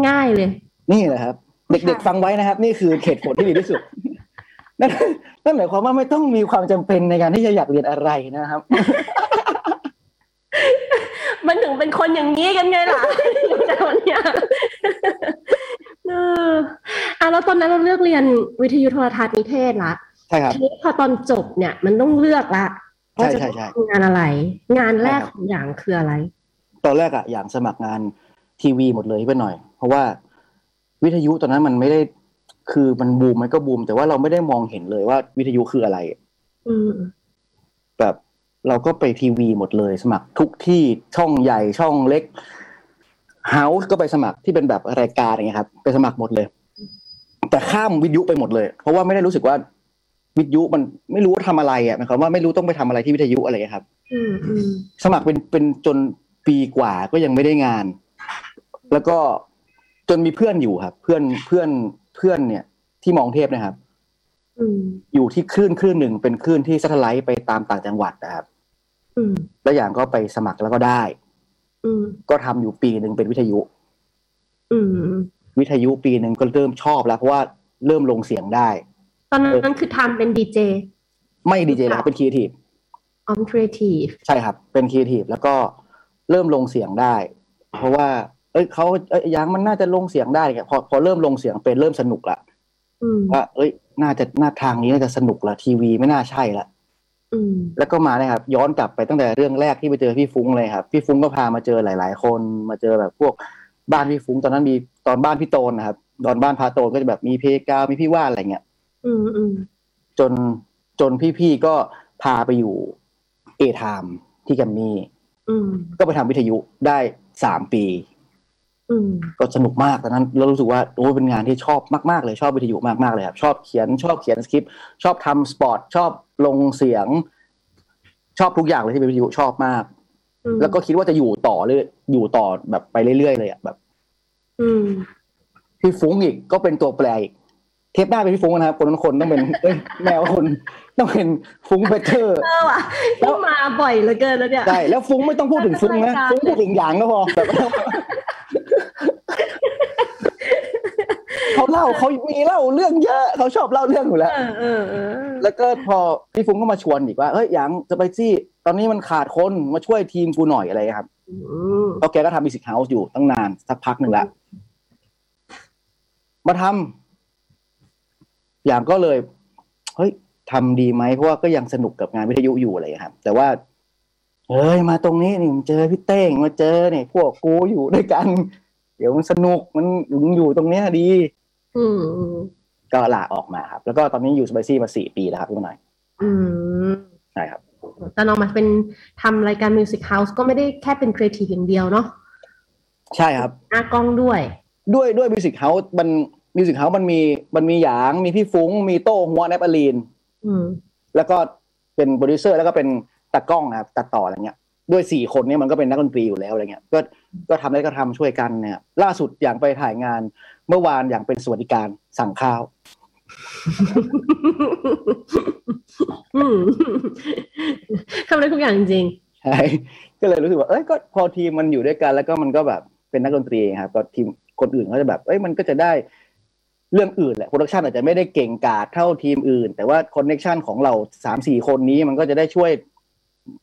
Speaker 2: ง่ายๆเลย
Speaker 3: นี่แหละครับ เด็กๆฟังไว้นะครับ นี่คือเหตุผลที่ดีที่สุด นั่นนั่นหมายความว่าไม่ต้องมีความจำเป็นในการที่จะอยากเรียนอะไรนะครับ
Speaker 2: มันถึงเป็นคนอย่างนี้กันไงล่ะ จากวันเนี้ย เอออ่ะแล้วตอนนั้นเราเลือกเรียนวิทยุโทรทัศน์นิเทศละ
Speaker 3: ใช่ครับ
Speaker 2: ทีนี้พอตอนจบเนี่ยมันต้องเลือกละ
Speaker 3: ใช่
Speaker 2: ว่าจะ
Speaker 3: ใช่ใช่
Speaker 2: ทำงานอะไร งานแรกของอย่างคืออะไร
Speaker 3: ตอนแรกอะอย่างสมัครงานทีวีหมดเลยไปหน่อย เพราะว่าวิทยุตอนนั้นมันไม่ได้ คือมันบูมมันก็บูม แต่ว่าเราไม่ได้มองเห็นเลยว่าวิทยุคืออะไร
Speaker 2: อืม
Speaker 3: แบบเราก็ไปทีวีหมดเลยสมัครทุกที่ช่องใหญ่ช่องเล็กเฮาส์ก็ไปสมัครที่เป็นแบบรายการอย่างเงี้ยครับ ไปสมัครหมดเลย แต่ข้ามวิทยุไปหมดเลย เพราะว่าไม่ได้รู้สึกว่าวิทยุมันไม่รู้ว่าทำอะไรอ่ะหมายความว่าไม่รู้ต้องไปทำอะไรที่วิทยุอะไรเงี้ยครับ
Speaker 2: อืมอืม
Speaker 3: สมัครเป็นเป็นจนปีกว่าก็ยังไม่ได้งาน แล้วก็จนมีเพื่อนอยู่ครับ เพื่อนเพื่อนเพื่อนเนี่ย ที่มองเทพนะครับ
Speaker 2: อืม
Speaker 3: อยู่ที่คลื่นคลื่นหนึ่งเป็นคลื่นที่ซัทไลท์ไปตามต่างจังหวัดนะครับ
Speaker 2: อืม
Speaker 3: แล้วอย่างก็ไปสมัครแล้วก็ได้
Speaker 2: อืม
Speaker 3: ก็ทำอยู่ปีหนึ่งเป็นวิทยุ
Speaker 2: อืม
Speaker 3: วิทยุปีหนึ่งก็เริ่มชอบแล้วเพราะว่าเริ่มลงเสียงได้
Speaker 2: ตอนนั้นคือทำเป็นดีเจ
Speaker 3: ไม่ดีเจแล้วเป็นครีเอทีฟ
Speaker 2: ออมครีเอทีฟ
Speaker 3: ใช่ครับ เป็นครีเอทีฟแล้วก็เริ่มลงเสียงได้ เพราะว่า เอ้ยเขาเอ้ยยางมันน่าจะลงเสียงได้เนี่ยพอพอเริ่มลงเสียงเป็นเริ่มสนุกละ
Speaker 2: อืม
Speaker 3: ว่าเอ้ยน่าจะหน้าทางนี้น่าจะสนุกละทีวีไม่น่าใช่ละ
Speaker 2: อืม
Speaker 3: แล้วก็มาเนะครับ ย้อนกลับไปตั้งแต่เรื่องแรกที่ไปเจอพี่ฟุ้งเลยครับพี่ฟุ้งก็พามาเจอหลาย ๆ คนมาเจอแบบพวกบ้านพี่ฟุ้งตอนนั้นมีตอนบ้านพี่โตนนะครับตอนบ้านพาโตนก็จะแบบมีเพกาวมีพี่ว่านอะไรเงี้ย
Speaker 2: อืมอืม
Speaker 3: จนจนพี่ๆก็พาไปอยู่เอทามที่แกรมมี่
Speaker 2: อืม
Speaker 3: ก็ไปทำวิทยุได้สามปี
Speaker 2: อืม
Speaker 3: ก็สนุกมากตอนนั้นเรารู้สึกว่าโอ้ยเป็นงานที่ชอบมากๆเลยชอบวิทยุมากๆเลยครับ ชอบเขียนชอบเขียนสคริปต์ชอบทำสปอตชอบลงเสียง ชอบทุกอย่างเลยที่เป็นวิทยุชอบมาก
Speaker 2: อืม
Speaker 3: แล้วก็คิดว่าจะอยู่ต่อเลยอยู่ต่อแบบไปเรื่อยๆเลยอ่ะแบบ
Speaker 2: อืม
Speaker 3: พี่ฟุ้งอีกก็เป็นตัวแปรอีกเทปหน้าเป็นพี่ฟุ้งนะครับคนนั้นคนต้องเป็นเอ้ยแมวคนต้องเป็นฟุ้งเบเตอร์
Speaker 2: เออว่ะต้องมาบ่อยเหลือเกินแล้วเนี่ย
Speaker 3: ใช่แล้วฟุ้งไม่ต้องพูดถึงฟุ้งนะฟุ้งพูดถึงอย่างก็พอแบบเขาเล่าเขามีเล่าเรื่องเยอะเขาชอบเล่าเรื่องอยู่แล้ว
Speaker 2: เออเออเออ
Speaker 3: แล้วก็พอพี่ฟุ้งก็มาชวนอีกว่าเฮ้ยหยางจะไปซี่ ตอนนี้มันขาดคนมาช่วยทีมกูหน่อยอะไรครับ
Speaker 2: อืม
Speaker 3: เพราะแกก็ทำมิสิกเฮาส์อยู่ตั้งนานสักพักหนึ่งละมาทำหยางก็เลยเฮ้ยทำดีไหมเพราะว่าก็ยังสนุกกับงานวิทยุอยู่อะไรครับแต่ว่าเอ้ยมาตรงนี้นี่มันเจอพี่เต้งมาเจอเนี่ยพวกกูอยู่ด้วยกัน เดี๋ยวมันสนุกมันอยู่ตรงเนี้ยดี
Speaker 2: อืม
Speaker 3: ก็ลาออกมาครับ แล้วก็ตอนนี้อยู่สไปซี่มาสี่ปีแล้วครับพี่หน่อย
Speaker 2: อืม
Speaker 3: ใช่ครับ
Speaker 2: แต่น้องมาเป็นทำรายการมิวสิกเฮาส์ก็ไม่ได้แค่เป็นครีเอทีฟอย่างเดียวเนาะ
Speaker 3: ใช่ครับ
Speaker 2: หน้ากล้องด้วย
Speaker 3: ด้วยด้วยมิวสิกเฮาส์มันมิวสิกเฮาส์มันมีมันมีหยางมีพี่ฟุ้ง มีโต้หัวแนปอลีน
Speaker 2: อืม
Speaker 3: แล้วก็เป็นโปรดิวเซอร์แล้วก็เป็นตากล้องนะครับตัดต่ออะไรเงี้ยด้วยสี่คนเนี้มันก็เป็นนักดนตรีอยู่แล้วอะไรเงี้ยก็ก็ทำได้ก็ทำช่วยกันเนี่ยล่าสุดอย่างไปถ่ายงานเมื่อวานอย่างเป็นสวัสดิการสั่งข้าว
Speaker 2: อืม ทำได้ทุกอย่างจริง
Speaker 3: ใช่ ก็เลยรู้สึกว่า เอ้ย ก็พอทีมมันอยู่ด้วยกัน แล้วก็มันก็แบบเป็นนักดนตรีครับ ก็ทีมคนอื่นเขาจะแบบ เอ้ย มันก็จะได้เรื่องอื่นแหละ โปรดักชันอาจจะไม่ได้เก่งกาจเท่าทีมอื่น แต่ว่าคอนเน็ชันของเราสามสี่คนนี้มันก็จะได้ช่วย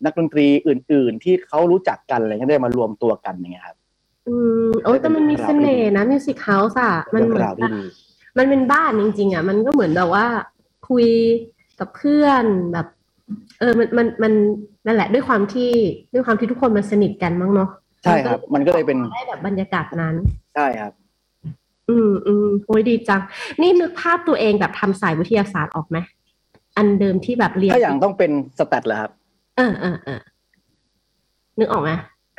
Speaker 3: นักดนตรีอื่น ๆ ที่เขารู้จักกันอะไรเงี้ยได้มารวมตัวกันอย่างเงี้ยครับ
Speaker 2: ๆอืมโอ้ยแต่มันมีเสน่ห์นะมิวสิกเฮาส์อะมัน
Speaker 3: เรื่อง
Speaker 2: เหมือน
Speaker 3: ราวที่ดี
Speaker 2: มันเป็นบ้านจริง ๆอะมันก็เหมือนแบบว่า คุยกับเพื่อนแบบ เออมันมันมันนั่นแหละ ด้วยความที่ด้วยความที่ทุกคนมันสนิทกันมั้งเนาะ
Speaker 3: ใช่ครับ มันก็เลยเป็น
Speaker 2: ได้แบบบรรยากาศนั้น
Speaker 3: ใช่ครับ
Speaker 2: อืมอืมโอ้ยดีจัง นี่นึกภาพตัวเองแบบทำสายวิทยาศาสตร์ออกไหมอันเดิมที่แบบเรียน
Speaker 3: ถ้าอย่างต้องเป็นสแตทเหรอครับ
Speaker 2: เออเออเออนึกออกไหม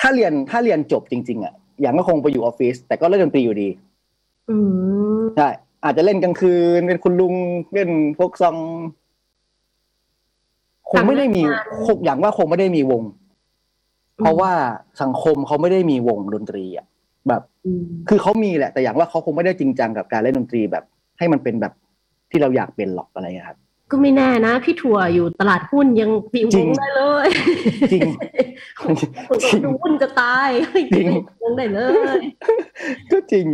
Speaker 3: ถ้าเรียน ถ้าเรียนจบจริง ๆ อ่ะ อย่างก็คงไปอยู่ออฟฟิศ แต่ก็เล่นดนตรีอยู่ดี
Speaker 2: อืม
Speaker 3: ใช่ อาจจะเล่นกลางคืน เป็นคุณลุงเล่นพวกซอง คงไม่ได้มี
Speaker 2: ทำงาน
Speaker 3: คงอย่างว่าคงไม่ได้มีวง เพราะว่าสังคมเขาไม่ได้มีวงดนตรีอ่ะแบบ
Speaker 2: อืม
Speaker 3: คือเขามีแหละ แต่อย่างว่าเขาคงไม่ได้จริงจังกับการเล่นดนตรีแบบ ให้มันเป็นแบบที่เราอยากเป็นหรอกอะไรเงี้ยครับ
Speaker 2: ก็ไม่แน่นะ พี่ถั่วอยู่ตลาดหุ้นยังปี
Speaker 3: จริ
Speaker 2: วง
Speaker 3: ง
Speaker 2: ได้เลย
Speaker 3: จริง
Speaker 2: คนก็ดูหุ้นจะตาย
Speaker 3: จริง
Speaker 2: วงได้เลย
Speaker 3: ก็จริง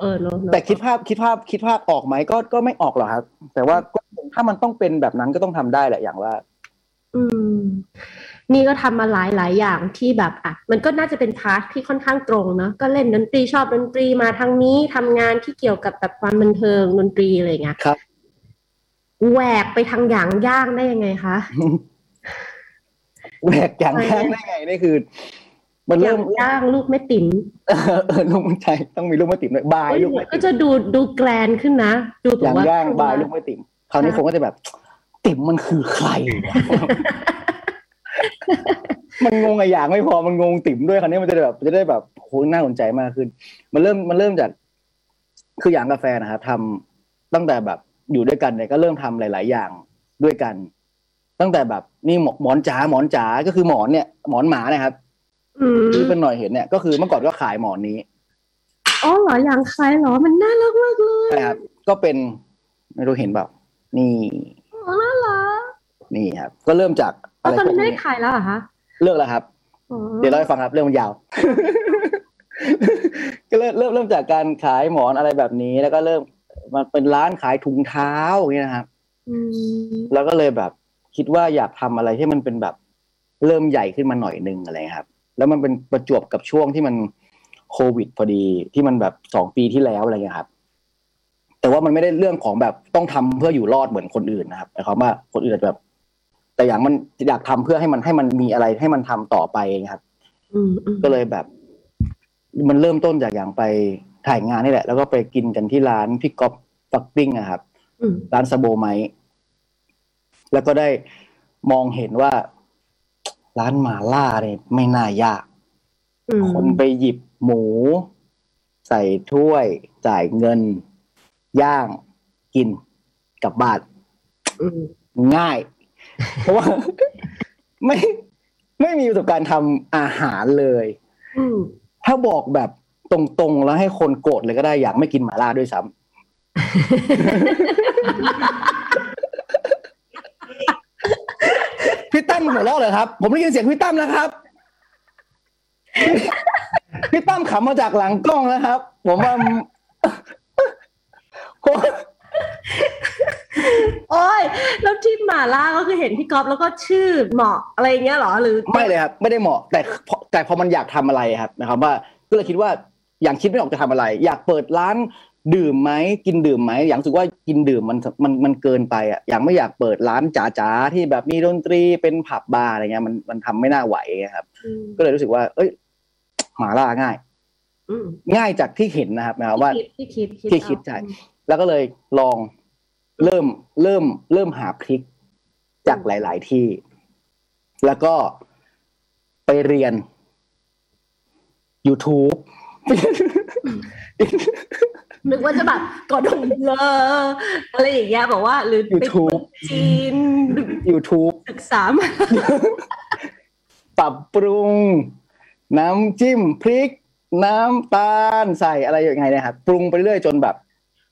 Speaker 2: เออเนอะเนอะ
Speaker 3: แต่คิดภาพคิดภาพคิดภาพออกไหมก็ก็ไม่ออกหรอกครับ แต่ว่าก็ถ้ามันต้องเป็นแบบนั้นก็ต้องทำได้แหละอย่าง ว่า
Speaker 2: อืม นี่ก็ทำมาหลายหลายอย่างที่แบบอ่ะมันก็น่าจะเป็นพาร์ทที่ค่อนข้างตรงเนอะก็เล่นดนตรีชอบดนตรีมาทางนี้ทำงานที่เกี่ยวกับแบบความบันเทิงดนตรีอะไรอย่างเงี้ย
Speaker 3: ครับ
Speaker 2: แหวกไปทางอย่างย่างได้ยังไงคะ
Speaker 3: แหวกอย่างแรกได้ไงนี่คือ มัน
Speaker 2: อ
Speaker 3: เริ่
Speaker 2: ย่าม งย่างลูกแม่ติ๋ม
Speaker 3: เออเออลูกไม่ใช่ต้องมีลูกไม่ติ่มด้วยบาย
Speaker 2: เอ้ย
Speaker 3: ลูกไม่
Speaker 2: ก็
Speaker 3: ติ่ม
Speaker 2: จะดูดูแกรนขึ้นนะดูแบบ
Speaker 3: อย่าง
Speaker 2: ว่า
Speaker 3: ย่างบายลูกไม่ติ่มคราวนี้
Speaker 2: ค่ะ
Speaker 3: ผมก็จะแบบ ติ่มมันคือใครวะ มันงงอะอย่างไม่พอมันงงติ่มด้วยคราวนี้มันจะได้แบบจะได้แบบโหน่าสนใจมากขึ้น มันเริ่มมันเริ่มจาก คืออย่างกาแฟนะครับทำตั้งแต่แบบอยู่ด้วยกันเนี่ยก็เริ่มทำหลาย ๆ อย่างด้วยกัน ตั้งแต่แบบนี่หมอหมอนจ๋าหมอนจ๋าก็คือหมอนเนี่ยหมอนหมานะครับ
Speaker 2: อืม
Speaker 3: ที่เป็นหน่อยเห็นเนี่ยก็คือเมื่อก่อนก็ขายหมอนนี้
Speaker 2: อ๋อเหรออย่างใครเหรอมันน่ารักมากเลย
Speaker 3: ใช่ครับ ก็เป็นไม่รู้เห็นเปล่า นี่
Speaker 2: อ๋อน่ารัก
Speaker 3: นี่ครับ ก็เริ่มจาก
Speaker 2: อ๋
Speaker 3: อะ
Speaker 2: อ
Speaker 3: ไร
Speaker 2: ตอน
Speaker 3: พว
Speaker 2: นี้
Speaker 3: ก
Speaker 2: ไม่
Speaker 3: นี้
Speaker 2: ได้ขายแล้วเหรอคะ
Speaker 3: เลิกแล้วครับ
Speaker 2: อ๋อ
Speaker 3: เดี๋ยวเล่าให้ฟังครับ เรื่องมันยาว ก็เริ่มเริ่มเริ่มจากการขายหมอนอะไรแบบนี้ แล้วก็เริ่มมันเป็นร้านขายถุงเท้าอย่างนี้ยนะครับ
Speaker 2: อืม
Speaker 3: แล้วก็เลยแบบคิดว่าอยากทำอะไรที่มันเป็นแบบเริ่มใหญ่ขึ้นมาหน่อยนึงอะไรครับ แล้วมันเป็นประจวบกับช่วงที่มันโควิดพอดีที่มันแบบสองปีที่แล้วอะไรเงี้ยครับ แต่ว่ามันไม่ได้เรื่องของแบบต้องทำเพื่ออยู่รอดเหมือนคนอื่นนะครับหมายความว่าคนอื่นอาจจะแบบ แต่อย่างมันอยากทำเพื่อให้มันให้มันมีอะไรให้มันทำต่อไปครับ
Speaker 2: อืมอืม
Speaker 3: ก็เลยแบบ มันเริ่มต้นจากอย่างไปถ่ายงานนี่แหละ แล้วก็ไปกินกันที่ร้านพี่ก๊อฟฟักปิ้งอะครับ
Speaker 2: อืม
Speaker 3: ร้านสโบไมท์แล้วก็ได้มองเห็นว่า ร้านหมาล่าเนี่ยไม่น่ายาก
Speaker 2: อืม
Speaker 3: คนไปหยิบหมู ใส่ถ้วย จ่ายเงิน ย่างกินกลับบ้าน
Speaker 2: อืม
Speaker 3: ง่าย เพราะว่า ไม่ไม่มีประสบการณ์ทำอาหารเลย
Speaker 2: อืม
Speaker 3: ถ้าบอกแบบ ตรงๆ แล้วให้คนโกรธเลยก็ได้อยากไม่กินหมาล่าด้วยซ้ำ พี่ตั้มหัวเราะเลยครับ ผมได้ยินเสียงพี่ตั้มนะครับ พี่ตั้มขำมาจากหลังกล้องนะครับ ผมว่า
Speaker 2: โอ้ยแล้วที่หมาล่าก็คือเห็นพี่ก๊อฟแล้วก็ชื่อเหมาะอะไรอย่างเงี้ยเหรอหรือ
Speaker 3: ไม่เลยครับ ไม่ได้เหมาะ แต่พอแต่พอมันอยากทำอะไรครับนะครับว่าก็เลยคิดว่าอย่างคิดไม่ออกจะทำอะไร อยากเปิดร้านดื่มไหมกินดื่มไหมอยากรู้สึกว่ากินดื่มมันมันมันเกินไปอ่ะอย่างไม่อยากเปิดร้านจ๋าๆที่แบบมีดนตรีเป็นผับบาร์อะไรเงี้ยมันมันทำไม่น่าไหวครับ
Speaker 2: อืม
Speaker 3: ก็เลยรู้สึกว่า เอ้ย หมาล่าง่าย
Speaker 2: อืม
Speaker 3: ง่ายจากที่เห็นนะครับนะครับว่า
Speaker 2: ที่คิด
Speaker 3: ที่
Speaker 2: ที่
Speaker 3: คิ
Speaker 2: คิ
Speaker 3: ด
Speaker 2: ด
Speaker 3: ใช่
Speaker 2: เอา
Speaker 3: แล้วก็เลยลองเริ่มเริ่มเริ่มหาพริกจากหลาย ๆ ที่ แล้วก็ไปเรียน YouTube
Speaker 2: นึกว่าจะแบบกอดงเลออะไรอย่างเงี้ยบอกว่าหรือไป
Speaker 3: YouTube
Speaker 2: จีน
Speaker 3: YouTube
Speaker 2: ศึกษามา
Speaker 3: ปรับปรุง น้ำจิ้มพริก น้ำตาลใส่อะไรยังไงเนะครับปรุงไปเรื่อยจนแบบ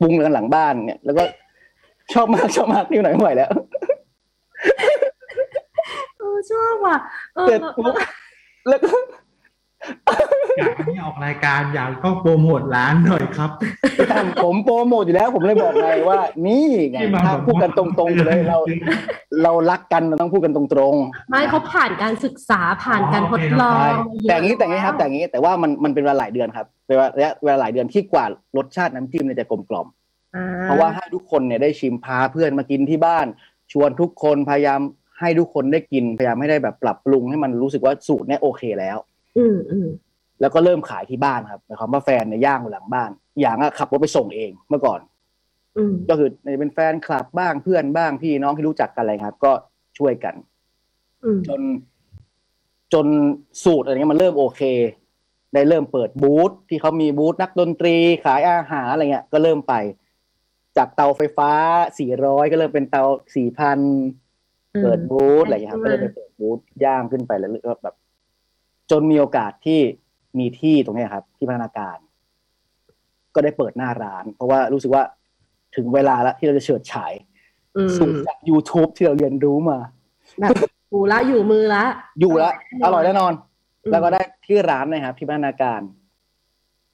Speaker 3: ปรุงกันหลังบ้านเนี่ย แล้วก็ชอบมากชอบมากนิ้วไหนอยไม่ไหวแล้ว
Speaker 2: เออชอบว่ะเออ
Speaker 3: เสร็จปุ๊บแล้วก็
Speaker 1: อยากให้ออกรายการอยากก็โปรโมทร้านหน่อยครับ
Speaker 3: พี่ตั้มผมโปรโมทอยู่แล้ว ผมเลยบอกไงว่า นี่ไง
Speaker 1: ที่มา
Speaker 3: ถ้า
Speaker 1: ของ
Speaker 3: พูดกันตรงๆไปเลยเรา เรารักกันเราต้องพูดกันตรง
Speaker 2: ไม่เขาผ่านการศึกษาผ่านการทดลอ
Speaker 3: ๆใช่
Speaker 2: ง
Speaker 3: แต่อย่างนี้แต่อย่างนี้ครับ แต่อย่างนี้แต่ว่ามันมันเป็นเวลาหลายเดือนครับเวลาระยะเวลาหลายเดือนที่กว่ารสชาติน้ำจิ้มเนี่ยจะกลมกล่อม
Speaker 2: อ่
Speaker 3: เพราะว่าให้ทุกคนเนี่ยได้ชิมพาเพื่อนมากินที่บ้าน ชวนทุกคนพยายามให้ทุกคนได้กินพยายามให้ได้แบบปรับปรุงให้มันรู้สึกว่าสูตรเนี่ยโอเคแล้ว
Speaker 2: อืมอืม
Speaker 3: แล้วก็เริ่มขายที่บ้านครับหมายความว่าแฟนเนี่ยย่างอยู่หลังบ้าน อย่างอะขับรถไปส่งเองเมื่อก่อน
Speaker 2: อืม
Speaker 3: ก็คือเป็นแฟนคลับบ้างเพื่อนบ้างพี่น้องที่รู้จักกันอะไรครับ ก็ช่วยกัน
Speaker 2: อืม
Speaker 3: จน จนสูตรอะไรเงี้ยมันเริ่มโอเค ได้เริ่มเปิดบูธที่เขามีบูธนักดนตรีขายอาหารอะไรเงี้ย ก็เริ่มไป จากเตาไฟฟ้า 400 ก็เริ่มเป็นเตา 4,000 เปิดบูธอะไรเงี้ยครับก็เริ่มไปเปิดบูธย่างขึ้นไปแล้วก็แบบ จนมีโอกาสที่มีที่ตรงเนี้ยครับ ที่พัฒนาการ ก็ได้เปิดหน้าร้าน เพราะว่ารู้สึกว่าถึงเวลาแล้วที่เราจะเฉิดฉาย
Speaker 2: อืม
Speaker 3: สูตรจาก YouTube ที่เราเรียนรู้มา
Speaker 2: แบบหูละอยู่มือละ
Speaker 3: อยู่แล้วอร่อยแน่นอน
Speaker 2: อืม
Speaker 3: แล้วก็ได้ที่ร้านนะครับ ที่พัฒนาการ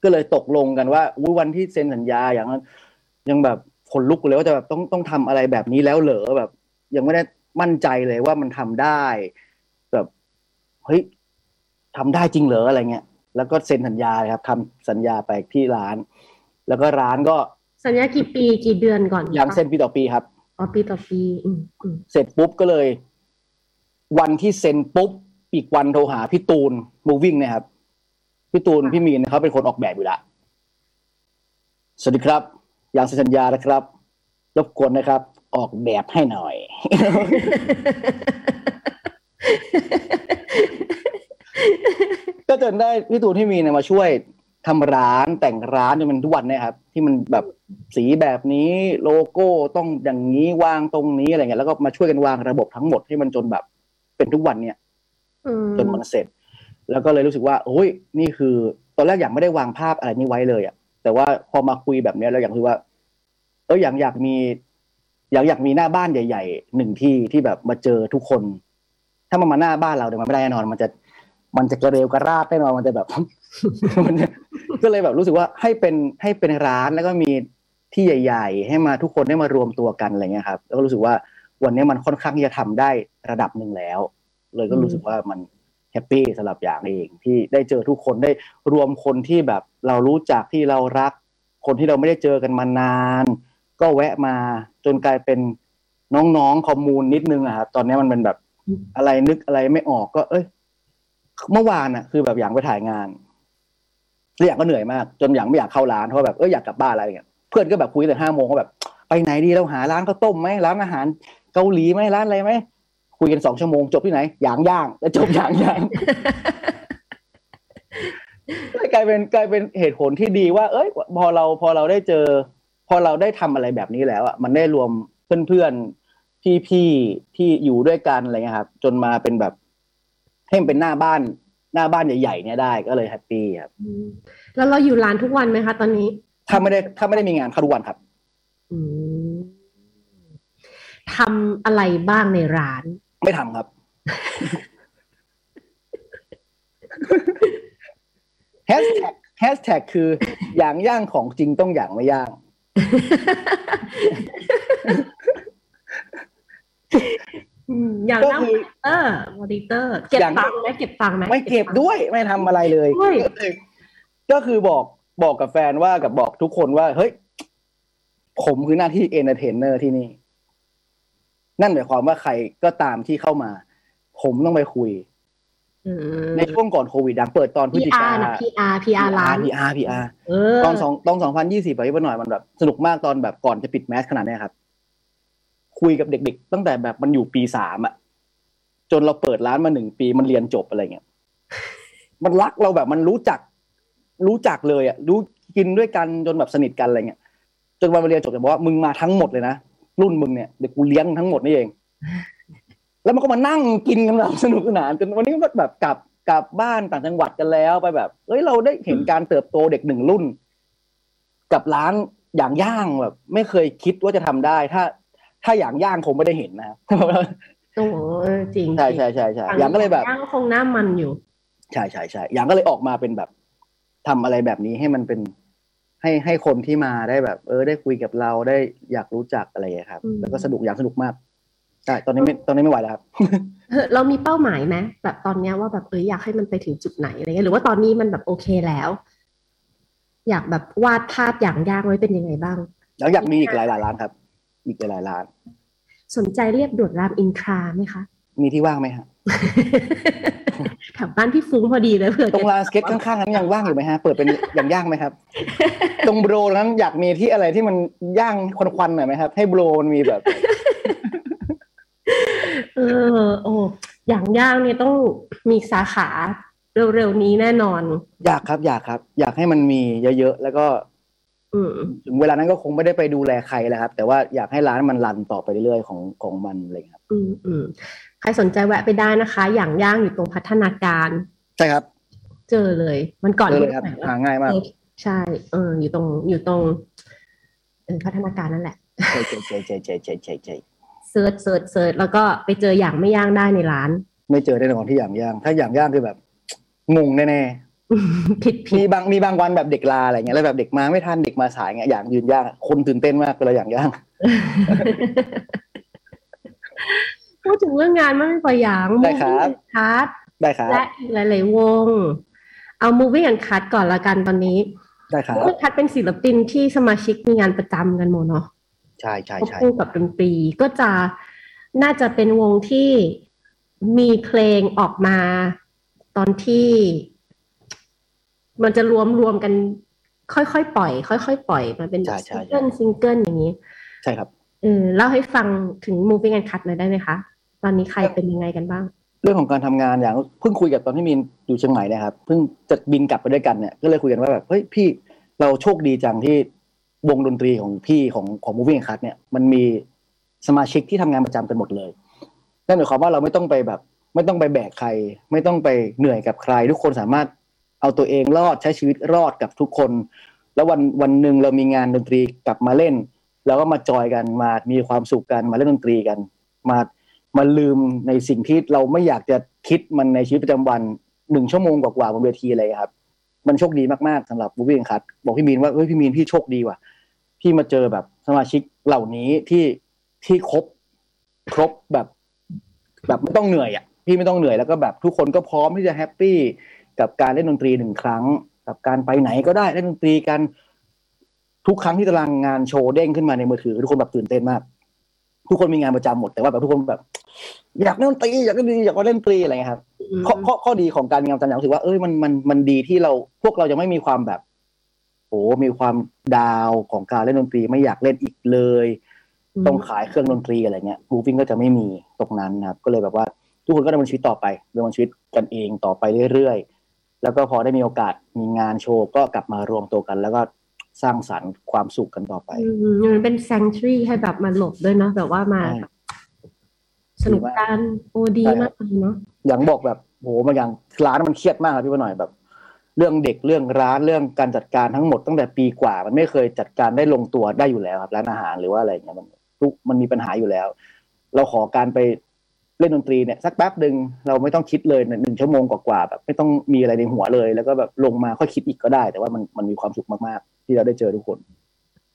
Speaker 3: ก็เลยตกลงกันว่าอุ๊ยวันที่เซ็นสัญญาอย่างนั้นยังแบบขนลุกเลยว่าจะแบบต้องต้องทำอะไรแบบนี้แล้วเหรอแบบ ยังไม่ได้มั่นใจเลยว่ามันทำได้ แบบเฮ้ยทำได้จริงเหรออะไรเงี้ยแล้วก็เซ็นสัญญาเลยครับทำสัญญาไปที่ร้าน แล้วก็ร้านก็
Speaker 2: สัญญากี่ปีกี่เดือนก่อน
Speaker 3: ยังเซ็นปีต่อปีครับ
Speaker 2: อ๋อปีต่อปี อืมอืม
Speaker 3: เสร็จปุ๊บก็เลย วันที่เซ็นปุ๊บ อีกวันโทรหาพี่ตูน moving นะครับ พี่ตูนพี่มีนนะครับเป็นคนออกแบบอยู่ละสวัสดีครับ อย่างเซ็นสัญญานะครับ รบกวนนะครับ ออกแบบให้หน่อย ก็จนได้พี่ตูนพี่มีนเนยมาช่วยทำร้านแต่งร้านจนมันทุกวันเนะครับ ที่มันแบบสีแบบนี้โลโก้ต้องอย่างนี้วางตรงนี้อะไรเงี้ยแล้วก็มาช่วยกันวางระบบทั้งหมดให้มันจนแบบ เป็นทุกวันเนี่ย
Speaker 2: อืม
Speaker 3: จนมันเสร็จ แล้วก็เลยรู้สึกว่าโอ้ยนี่คือ ตอนแรกอย่างไม่ได้วางภาพอะไรนี้ไว้เลยอะแต่ว่าพอมาคุยแบบเนี้ยเราอยากคือว่า เอออย่างอยากมี อยากอยากมีหน้าบ้านใหญ่ๆหนึ่งที่ที่แบบมาเจอทุกคน ถ้ามันมาหน้าบ้านเราเนี่ยมันไม่ได้แน่นอน มันจะ มันจะกระเรวกระราดแน่นอนมันจะแบบ มันจะ ก็เลยแบบรู้สึกว่าให้เป็นให้เป็นร้านแล้วก็มีที่ใหญ่ ๆ ให้มาทุกคนได้มารวมตัวกันอะไรเงี้ยครับ แล้วก็รู้สึกว่าวันนี้มันค่อนข้างที่จะทำได้ระดับหนึ่งแล้ว เลยก็รู้สึกว่ามัน แฮปปี้สำหรับอย่างเองที่ได้เจอทุกคนได้รวมคนที่แบบเรารู้จักที่เรารัก คนที่เราไม่ได้เจอกันมานาน ก็แวะมาจนกลายเป็นน้องๆคอมมูนนิดนึงอะครับตอนนี้มันเป็นแบบอะไรนึกอะไรไม่ออกก็ เอ้ย เมื่อวานอะคือแบบอย่างไปถ่ายงานแล้วอย่างก็เหนื่อยมาก จนอย่างไม่อยากเข้าร้านเพราะแบบเอออยากกลับบ้านอะไรอย่างเงี้ยเพื่อนก็แบบคุยแต่ห้าโมงก็แบบ ไปไหนดีเราหาร้านข้าวต้มไหมร้านอาหาร เกาหลีไหมร้านอะไรไหมคุยกันสองชั่วโมงจบที่ไหนอย่างย่างแล้วจบอย่างย่าง เลยกลายเป็นกลายเป็นเหตุผลที่ดีว่า เอ้ย พอเราพอเราได้เจอ พอเราได้ทำอะไรแบบนี้แล้วอ่ะมันได้รวมเพื่อนๆพี่ๆที่อยู่ด้วยกันอะไรเงี้ยครับ จนมาเป็นแบบให้มันเป็นหน้าบ้าน หน้าบ้านใหญ่ๆเนี่ยได้ก็เลยแฮปปี้ครับ
Speaker 2: อืมแล้วเราอยู่ร้านทุกวันไหมคะตอนนี้
Speaker 3: ถ้าไม่ได้ถ้าไม่ได้มีงานเข้าทุกวันครับ
Speaker 2: อืมทำอะไรบ้างในร้าน
Speaker 3: ไม่ทำ ครับ แฮชแท็กแฮชแท็กคืออย่างย่างของจริงต้องอย่างไม่ย่าง
Speaker 2: อืมอย่าง
Speaker 3: ก็
Speaker 2: นั่ง
Speaker 3: คือ
Speaker 2: เออมอนิเตอร์ เก็บ
Speaker 3: อย่าง
Speaker 2: ตังค์ไหมเก็บตังค์ไหม
Speaker 3: ไม่เก็บด้วยไม่ทำอะไรเลย
Speaker 2: เฮ้ย
Speaker 3: ก็คือก็คือบอกบอกกับแฟนว่ากับบอกทุกคนว่า เฮ้ย ผมคือหน้าที่เอนเตอร์เทนเนอร์ที่นี่ นั่นหมายความว่าใครก็ตามที่เข้ามา ผมต้องไปคุย
Speaker 2: อืม
Speaker 3: ในช่วงก่อนโควิดดังเปิดตอนพฤศจิกา
Speaker 2: PR นะ PR PR ร้าน
Speaker 3: พีอาร์พีอาร์
Speaker 2: เออ
Speaker 3: ตอนสองตอนสองพันยี่สิบไปพี่บหน่อยมันแบบสนุกมากตอนแบบก่อนจะปิดแมสขนาดเนี้ยครับ คุยกับเด็ก ๆ ตั้งแต่แบบมันอยู่ปีสามอะจนเราเปิดร้านมาหนึ่งปีมันเรียนจบอะไรเงี้ยมันรักเราแบบมันรู้จัก รู้จักเลยอะรู้กินด้วยกันจนแบบสนิทกันอะไรเงี้ยจนวันมาเรียนจบจะบอกว่ามึงมาทั้งหมดเลยนะรุ่นมึงเนี่ยเดี๋ยวกูเลี้ยงทั้งหมดนี่เอง แล้วมันก็มานั่งกินกันแบบสนุกสนานจนวันนี้ก็แบบกลับกลับบ้านต่างจังหวัดกันแล้วไปแบบเอ้ยเราได้เห็นการเติบโตเด็กหนึ่งรุ่น กับร้านอย่างย่างแบบ ไม่เคยคิดว่าจะทำได้ ถ้า ถ้าอย่างย่างคงไม่ได้เห็นนะครับ
Speaker 2: โอ้โหเออจริง
Speaker 3: ใช่ใช่ใช่ใช่อย่างก็เลยแบบ
Speaker 2: ย่างคงหน้ามันอยู่
Speaker 3: ใช่ใช่ใช่อย่างก็เลยออกมาเป็นแบบทำอะไรแบบนี้ให้มันเป็นให้ให้คนที่มาได้แบบ เออ ได้คุยกับเราได้อยากรู้จักอะไรอย่างเงี้ยครับ
Speaker 2: อืม
Speaker 3: แล้วก็สนุกอย่างสนุกมากใช่ตอนนี้ไม่ตอนนี้ไม่ไหวแล้วครับ
Speaker 2: เออเรามีเป้าหมายไหมแบบตอนเนี้ยว่าแบบเอออยากให้มันไปถึงจุดไหนอะไรเงี้ยหรือว่าตอนนี้มันแบบโอเคแล้ว อยากแบบวาดภาพอย่างยากไว้เป็นยังไงบ้าง
Speaker 3: แล้วอยากมีอีกหลายหลายๆร้านครับ อีกหลายๆร้าน
Speaker 2: สนใจเรียบด่วนรามอินทราไหมคะ
Speaker 3: มีที่ว่างไหมฮะ
Speaker 2: แถวบ้านพี่ฟุ้งพอดีเลยเผื่อ
Speaker 3: ตรง
Speaker 2: จะ
Speaker 3: ลานสเก็ตข้างๆนั้นยังว่างอยู่ไหมฮะเปิดเป็น อย่างย่างไหมครับ ตรงโบรนั้นอยากมีที่อะไรที่มันย่างควันๆหน่อยไหมครับ ให้โบรมันมีแบบ
Speaker 2: เออ โอ้อย่างย่างเนี่ยต้องมีสาขาเร็วๆนี้แน่นอน
Speaker 3: อยากครับ อยากครับ อยากให้มันมีเยอะๆแล้วก็
Speaker 2: อืม
Speaker 3: ถึงเวลานั้นก็คงไม่ได้ไปดูแลใครแล้วครับ แต่ว่าอยากให้ร้านมันรันต่อไปเรื่อยๆของของมันอะไรอย่างเลยครับ
Speaker 2: อืมอืมใครสนใจแวะไปได้นะคะ อย่างย่างอยู่ตรงพัฒนาการ
Speaker 3: ใช่ครับ
Speaker 2: เจอเลย มันก่อน
Speaker 3: เจอเลยครับ
Speaker 2: ที่จะ
Speaker 3: หาง่ายมาก
Speaker 2: ใช่ เออ อยู่ตรงอยู่ตรงเออพัฒนาการนั่นแหละ
Speaker 3: เจอเจอเจอเจอเจอเจอเจอเจอ
Speaker 2: เซิร์ชเซิร์ชเซิร์ชแล้วก็ไปเจออย่างไม่ย่างได้ในร้าน
Speaker 3: ไม่เจอได้ในของที่อย่างย่าง ถ้าอย่างย่างคือแบบ งงแน่
Speaker 2: ผิด
Speaker 3: ๆ
Speaker 2: ผิ
Speaker 3: มี
Speaker 2: ด
Speaker 3: บางมีบางวันแบบเด็กลาอะไรเงี้ยแล้วแบบเด็กมาไม่ทันเด็กมาสายเงี้ยอย่างยืนย่างคนตื่นเต้นมากเวลาอย่างย่าง
Speaker 2: พูดถึงเรื่องงานมันไม่ปล่อยอย่าง
Speaker 3: ได้ครับ
Speaker 2: คาร์ด
Speaker 3: ได้ครับ
Speaker 2: และอีกหลายๆวง เอา moving and cut ก่อนละกันตอนนี้
Speaker 3: ได้ครับ
Speaker 2: เพื่อนคัดเป็นศิลปินที่สมาชิกมีงานประจำกันหมดเนาะ
Speaker 3: ใช่ใช่
Speaker 2: ควบ
Speaker 3: ใช่
Speaker 2: คู่กับดนตรีก็จะน่าจะเป็นวงที่มีเพลงออกมาตอนที่ มันจะรวมรวมกัน ค่อยๆปล่อย ค่อยๆปล่อยมาเป็น
Speaker 3: ใช่
Speaker 2: ซิ
Speaker 3: ใช่
Speaker 2: ง
Speaker 3: ใช่
Speaker 2: เกิลซิงเกิลอย่างนี้
Speaker 3: ใช่ครับ
Speaker 2: เออเล่าให้ฟังถึง moving and cut หน่อยได้ไหมคะ ตอนนี้ใครเป็นยังไงกันบ้าง
Speaker 3: เรื่องของการทำงานอย่างเพิ่งคุยกับตอนที่มีนอยู่เชียงใหม่เนะครับเพิ่งจะบินกลับไปด้วยกันเนี่ยก็เลยคุยกันว่าแบบเฮ้ยพี่เราโชคดีจังที่วงดนตรีของพี่ของของมูฟวิ่งคัทเนี่ยมันมีสมาชิกที่ทำงานประจำกันหมดเลยนั่นหมายความว่าเราไม่ต้องไปแบบ ไม่ต้องไปแบกใคร ไม่ต้องไปเหนื่อยกับใคร ทุกคนสามารถเอาตัวเองรอดใช้ชีวิตรอดกับทุกคน แล้ววันวันหนึ่งเรามีงานดนตรีกลับมาเล่นเราก็มาจอยกันมามีความสุขกันมาเล่นดนตรีกันมา มันลืมในสิ่งที่เราไม่อยากจะคิดมันในชีวิตประจำวันหนึ่งชั่วโมงกว่าๆบนเวทีเลยครับ มันโชคดีมากๆสำหรับบุ๊คเองครับบอกพี่มีนว่าเฮ้ยพี่มีนพี่โชคดีว่ะพี่มาเจอแบบสมาชิกเหล่านี้ที่ที่ครบครบแบบ แบบไม่ต้องเหนื่อยอ่ะพี่ไม่ต้องเหนื่อยแล้วก็แบบทุกคนก็พร้อมที่จะแฮปปี้กับการเล่นดนตรีหนึ่งครั้ง กับการไปไหนก็ได้เล่นดนตรีกัน ทุกครั้งที่ตารางงานโชว์เด้งขึ้นมาในมือถือทุกคนแบบตื่นเต้นมาก ทุกคนมีงานประจำหมดแต่ว่าแบบทุกคนแบบ อยากเล่นดนตรีอยากเล่นดนตรีอยากเล่นดนตรีอะไรเงี้ยครับ ข้อข้อข้อดีของการมีงานประจำอย่างรู้สึกว่าเอ้ยมันมันมันดีที่เราพวกเราจะไม่มีความแบบโอ้มีความดาวของการเล่นดนตรีไม่อยากเล่นอีกเลย
Speaker 2: อืม
Speaker 3: ต้องขายเครื่องดนตรีอะไรเงี้ยบูฟิงก็จะไม่มีตรงนั้นนะครับ ก็เลยแบบว่าทุกคนก็ดำเนินชีวิตต่อไปดำเนินชีวิตกันเองต่อไปเรื่อยๆ แล้วก็พอได้มีโอกาสมีงานโชว์ก็กลับมารวมตัวกัน แล้วก็สร้างสรรค์ความสุขกันต่อไป
Speaker 2: อืมมันเป็น sanctuary ให้แบบมาหลบด้วยเนาะแบบว่ามา
Speaker 3: ใช่
Speaker 2: สนุกกันโอ้ดีมากเลยเนาะ
Speaker 3: อย่างบอกแบบ โหบางอย่างร้านมันเครียดมากครับพี่ว่าหน่อยแบบ เรื่องเด็กเรื่องร้านเรื่องการจัดการทั้งหมดตั้งแต่ปีกว่า มันไม่เคยจัดการได้ลงตัวได้อยู่แล้วครับร้านอาหารหรือว่าอะไรอย่างเงี้ยมันทุกมันมีปัญหาอยู่แล้ว เราขอการไปเล่นดนตรีเนี่ยสักแป๊บหนึ่งเราไม่ต้องคิดเลยเนี่ยหนึ่งชั่วโมงกว่าๆแบบไม่ต้องมีอะไรในหัวเลย แล้วก็แบบลงมาค่อยคิดอีกก็ได้ แต่ว่ามันมันมีความสุขมากๆ ที่เราได้เจอทุกคน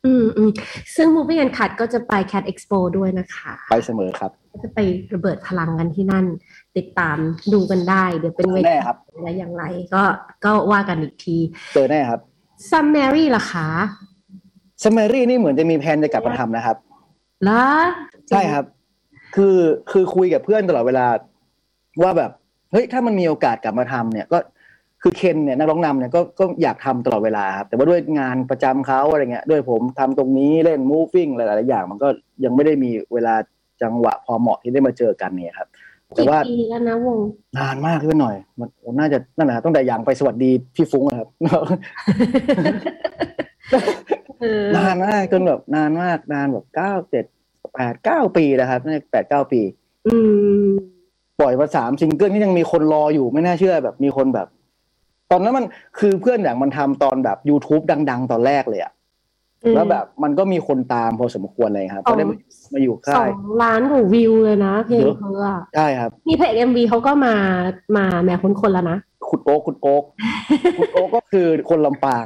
Speaker 2: อืมอืมซึ่ง Moving and Cut ก็จะไป Cat Expo ด้วยนะคะ
Speaker 3: ไปเสมอครับ
Speaker 2: ก็จะไประเบิดพลังกันที่นั่น ติดตามดูกันได้ เดี๋ยวเป็นเวที
Speaker 3: แน่ครับ
Speaker 2: อะไรอย่างไรก็ก็ว่ากันอีกที
Speaker 3: เจอแน่ครับ
Speaker 2: ซัมแมรี่ล่ะคะ
Speaker 3: สมารี่นี่เหมือนจะมีแผนจะกลับมาทำนะครับ
Speaker 2: แล้ว
Speaker 3: ใช่ครับ คือคือคุยกับเพื่อนตลอดเวลา ว่าแบบเฮ้ยถ้ามันมีโอกาสกลับมาทำเนี่ยก็คือเคนเนี่ยนักร้องนำเนี่ยก็ก็อยากทำตลอดเวลาครับแต่ว่าด้วยงานประจำเขาอะไรเงี้ย ด้วยผมทำตรงนี้เล่น moving หลายๆอย่าง มันก็ยังไม่ได้มีเวลาจังหวะพอเหมาะที่ได้มาเจอกันเนี่ยครับ แต่
Speaker 2: กี่
Speaker 3: ว่า
Speaker 2: ปีแล้วนะ วง
Speaker 3: นานมากขึ้นหน่อย มันโอ้น่าจะนั่นแหละครับตั้งแต่อย่างไปสวัสดีพี่ฟุ้งอะครับ
Speaker 2: เออน
Speaker 3: านมากจนแบบนานมากนานแบบเก้าเจ็ดแปดเก้าปีนะครับน่าจะแปดเก้าปี
Speaker 2: อืม
Speaker 3: ปล่อยมาสามซิงเกิลที่ยังมีคนรออยู่ไม่น่าเชื่อแบบมีคนแบบ ตอนนั้นมันคือเพื่อนอย่างมันทำตอนแบบ YouTube ดัง ๆ ตอนแรกเลยอะแล้วแบบมันก็มีคนตามพอสมควรเลยครับ
Speaker 2: อ๋อ
Speaker 3: ก็ได้มามาอยู่
Speaker 2: สอ
Speaker 3: ค่าย
Speaker 2: งล้านกว่าวิวเลยนะเพลง
Speaker 3: เยอะ
Speaker 2: เขาอะ
Speaker 3: ใช่ครับ
Speaker 2: มีเพลงเอ็มวีเขาก็มามาแหมคนคนๆแล้วนะ
Speaker 3: ขุดโอ๊กขุดโอ๊ กขุดโอ๊กก็คือคนลำปาง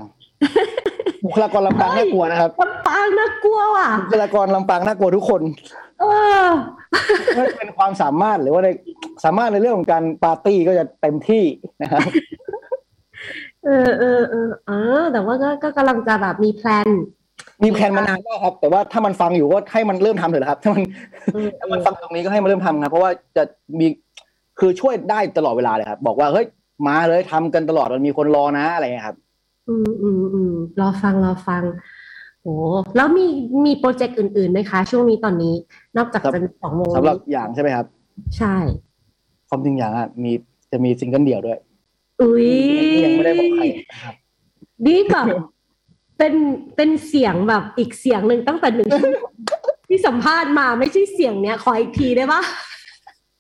Speaker 3: บุคลากรลำปางน่ากลัวนะครับ
Speaker 2: คนปางน่ากลัวว่ะ
Speaker 3: บุคลากรลำปางน่ากลัวทุกคน
Speaker 2: เออ
Speaker 3: ไม่ว่าจะเป็นความสามารถหรือว่าในสามารถในเรื่องของการปาร์ตี้ก็จะเต็มที่นะครับ
Speaker 2: เออเออเออเออแต่ว่าก็ก็กำลังจะแบบมีแพลน
Speaker 3: มีแผนมานานแล้วครับ แต่ว่าถ้ามันฟังอยู่ก็ให้มันเริ่มทำเถอะนะครับถ้ามัน
Speaker 2: เออ
Speaker 3: ถ้ามันฟังตรงนี้ก็ให้มาเริ่มทำครับเพราะว่าจะมีคือช่วยได้ตลอดเวลาเลยครับ บอกว่าเฮ้ยมาเลยทำกันตลอดมันมีคนรอนะอะไรเงี้ยครับ
Speaker 2: อืมอืมอืมรอฟังรอฟังโหแล้วมีมีโปรเจกต์อื่นๆไหมคะ ช่วงนี้ตอนนี้ นอกจาก
Speaker 3: ครับ
Speaker 2: จะมีสองวง
Speaker 3: สำหรับ
Speaker 2: นี้
Speaker 3: อย่างใช่ไหมครับ
Speaker 2: ใช่
Speaker 3: ความจริงอย่างอ่ะมีจะมีซิงเกิลเดี่ยวด้วย
Speaker 2: อุ้ย
Speaker 3: ยังไม่ได้บอกใครนะครับ
Speaker 2: นี่แบบเป็นเป็นเสียงแบบอีกเสียงหนึ่งตั้งแต่หนึ่งชั่วโมงที่สัมภาษณ์มาไม่ใช่เสียงเนี้ยขออีกทีได้ปะ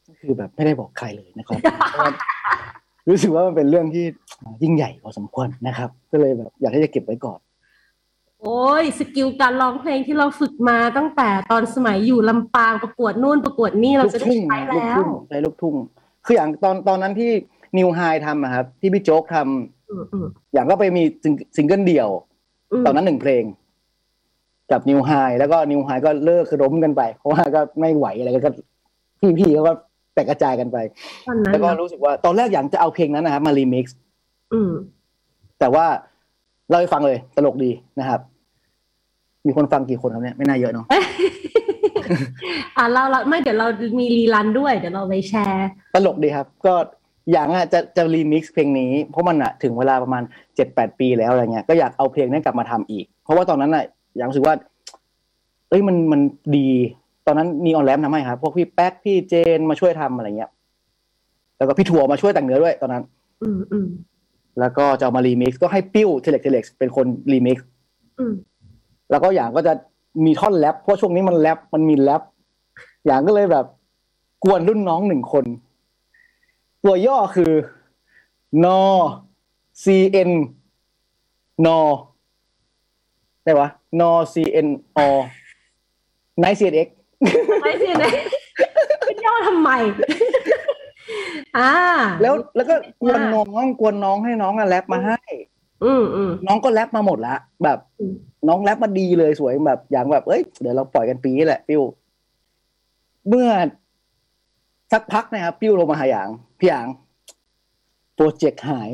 Speaker 3: ก็คือแบบไม่ได้บอกใครเลยนะครับ เพราะว่ารู้สึกว่ามันเป็นเรื่องที่ยิ่งใหญ่พอสมควรนะครับ ก็เลยแบบอยากที่จะเก็บไว้ก่อน
Speaker 2: โอ้ยสกิลการร้องเพลงที่เราฝึกมาตั้งแต่ตอนสมัยอยู่ลำปางประกวดนู่นประกวดนี่เรา
Speaker 3: ลูก
Speaker 2: จะได้
Speaker 3: ทุ่ง
Speaker 2: ใช้
Speaker 3: ลูก
Speaker 2: แล้ว
Speaker 3: ทุ่งใช้ลูกทุ่งคืออย่างตอนตอนนั้นที่นิวไฮทำอะครับที่พี่โจ๊กทำ
Speaker 2: อืมอืม
Speaker 3: อย่างก็ไปมีซิงซิงเกิลเดี่ยว
Speaker 2: ม
Speaker 3: ตอนนั้นหนึ่งเพลง กับนิวไฮแล้วก็นิวไฮก็เลิกล้มกันไป เพราะว่าก็ไม่ไหวอะไรก็พี่ๆเขาก็แตกกระจายกันไป
Speaker 2: ตอนนั้น
Speaker 3: แล้วก็
Speaker 2: เนอะ
Speaker 3: รู้สึกว่าตอนแรกอยากจะเอาเพลงนั้นนะครับ มารีมิกซ์
Speaker 2: อืม
Speaker 3: แต่ว่าเล่าให้ฟังเลยตลกดีนะครับ มีคนฟังกี่คนครับเนี่ยไม่น่าเยอะเนาะ
Speaker 2: อ่ะเราเราไม่เดี๋ยวเรามีรีรันด้วย เดี๋ยวเราไปแชร์
Speaker 3: ตลกดีครับ ก็อย่างอ่ะจะจะรีมิกซ์เพลงนี้ เพราะมันอ่ะถึงเวลาประมาณเจ็ดแปดปีแล้วอะไรเงี้ยก็อยากเอาเพลงนั้นกลับมาทำอีก เพราะว่าตอนนั้นอ่ะอยากรู้สึกว่า เอ้ยมันมันดี ตอนนั้นนีออนแลมทำให้ครับพวกพี่แป๊กพี่เจนมาช่วยทำอะไรเงี้ย แล้วก็พี่ถั่วมาช่วยแต่งเนื้อด้วยตอนนั้น
Speaker 2: อืมอืม
Speaker 3: แล้วก็จะเอามารีมิกซ์ก็ให้ปิ้วเทเล็กเทเล็กเป็นคนรีมิกซ์
Speaker 2: อืม
Speaker 3: แล้วก็อย่างก็จะมีท่อนแรปเพราะช่วงนี้มันแรปมันมีแรปอย่างก็เลยแบบ กวนรุ่นน้องหนึ่งคน ตัวย่อคือนอ cn นอได้วะนอ cn อ night cnx
Speaker 2: ไม่สิ นะคุณย่อทำไม อ่า
Speaker 3: แล้วแล้วก็กวนน้องกวนน้องให้น้องอะแรปมาให้
Speaker 2: อืมอืม
Speaker 3: น้องก็แรปมาหมดละแบบ
Speaker 2: อืม
Speaker 3: น้องแรปมาดีเลยสวยแบบอย่างแบบ เอ้ยเดี๋ยวเราปล่อยกันปีนี้แหละปิ้วเมื่อสักพักนะครับปิ้วลงมาหาหยางพี่หยางโปรเจกต์หาย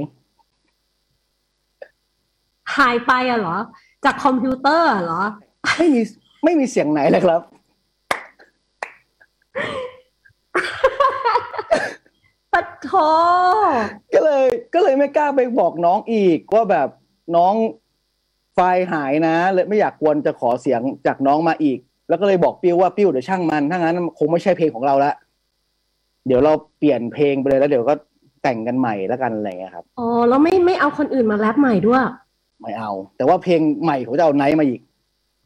Speaker 2: หายไปอ่ะเหรอ จากคอมพิวเตอร์อะเหรอ
Speaker 3: ไม่มีไม่มีเสียงไหนเลยครับ
Speaker 2: ปะโท
Speaker 3: ก็เลย ก็เลยไม่กล้าไปบอกน้องอีกว่าแบบน้องไฟล์หายนะเลยไม่อยากกวนจะขอเสียงจากน้องมาอีก แล้วก็เลยบอกปิ้วว่าปิ้วเดี๋ยวช่างมันถ้างั้นคงไม่ใช่เพลงของเราละเดี๋ยวเราเปลี่ยนเพลงไปเลยแล้วเดี๋ยวก็แต่งกันใหม่แล้วกันอะไรอย่างเงี้ยครับ
Speaker 2: อ๋อ แล้วไม่ไม่เอาคนอื่นมาแรปใหม่ด้วย
Speaker 3: ไม่เอา แต่ว่าเพลงใหม่ผมจะเอาไนท์มาอีก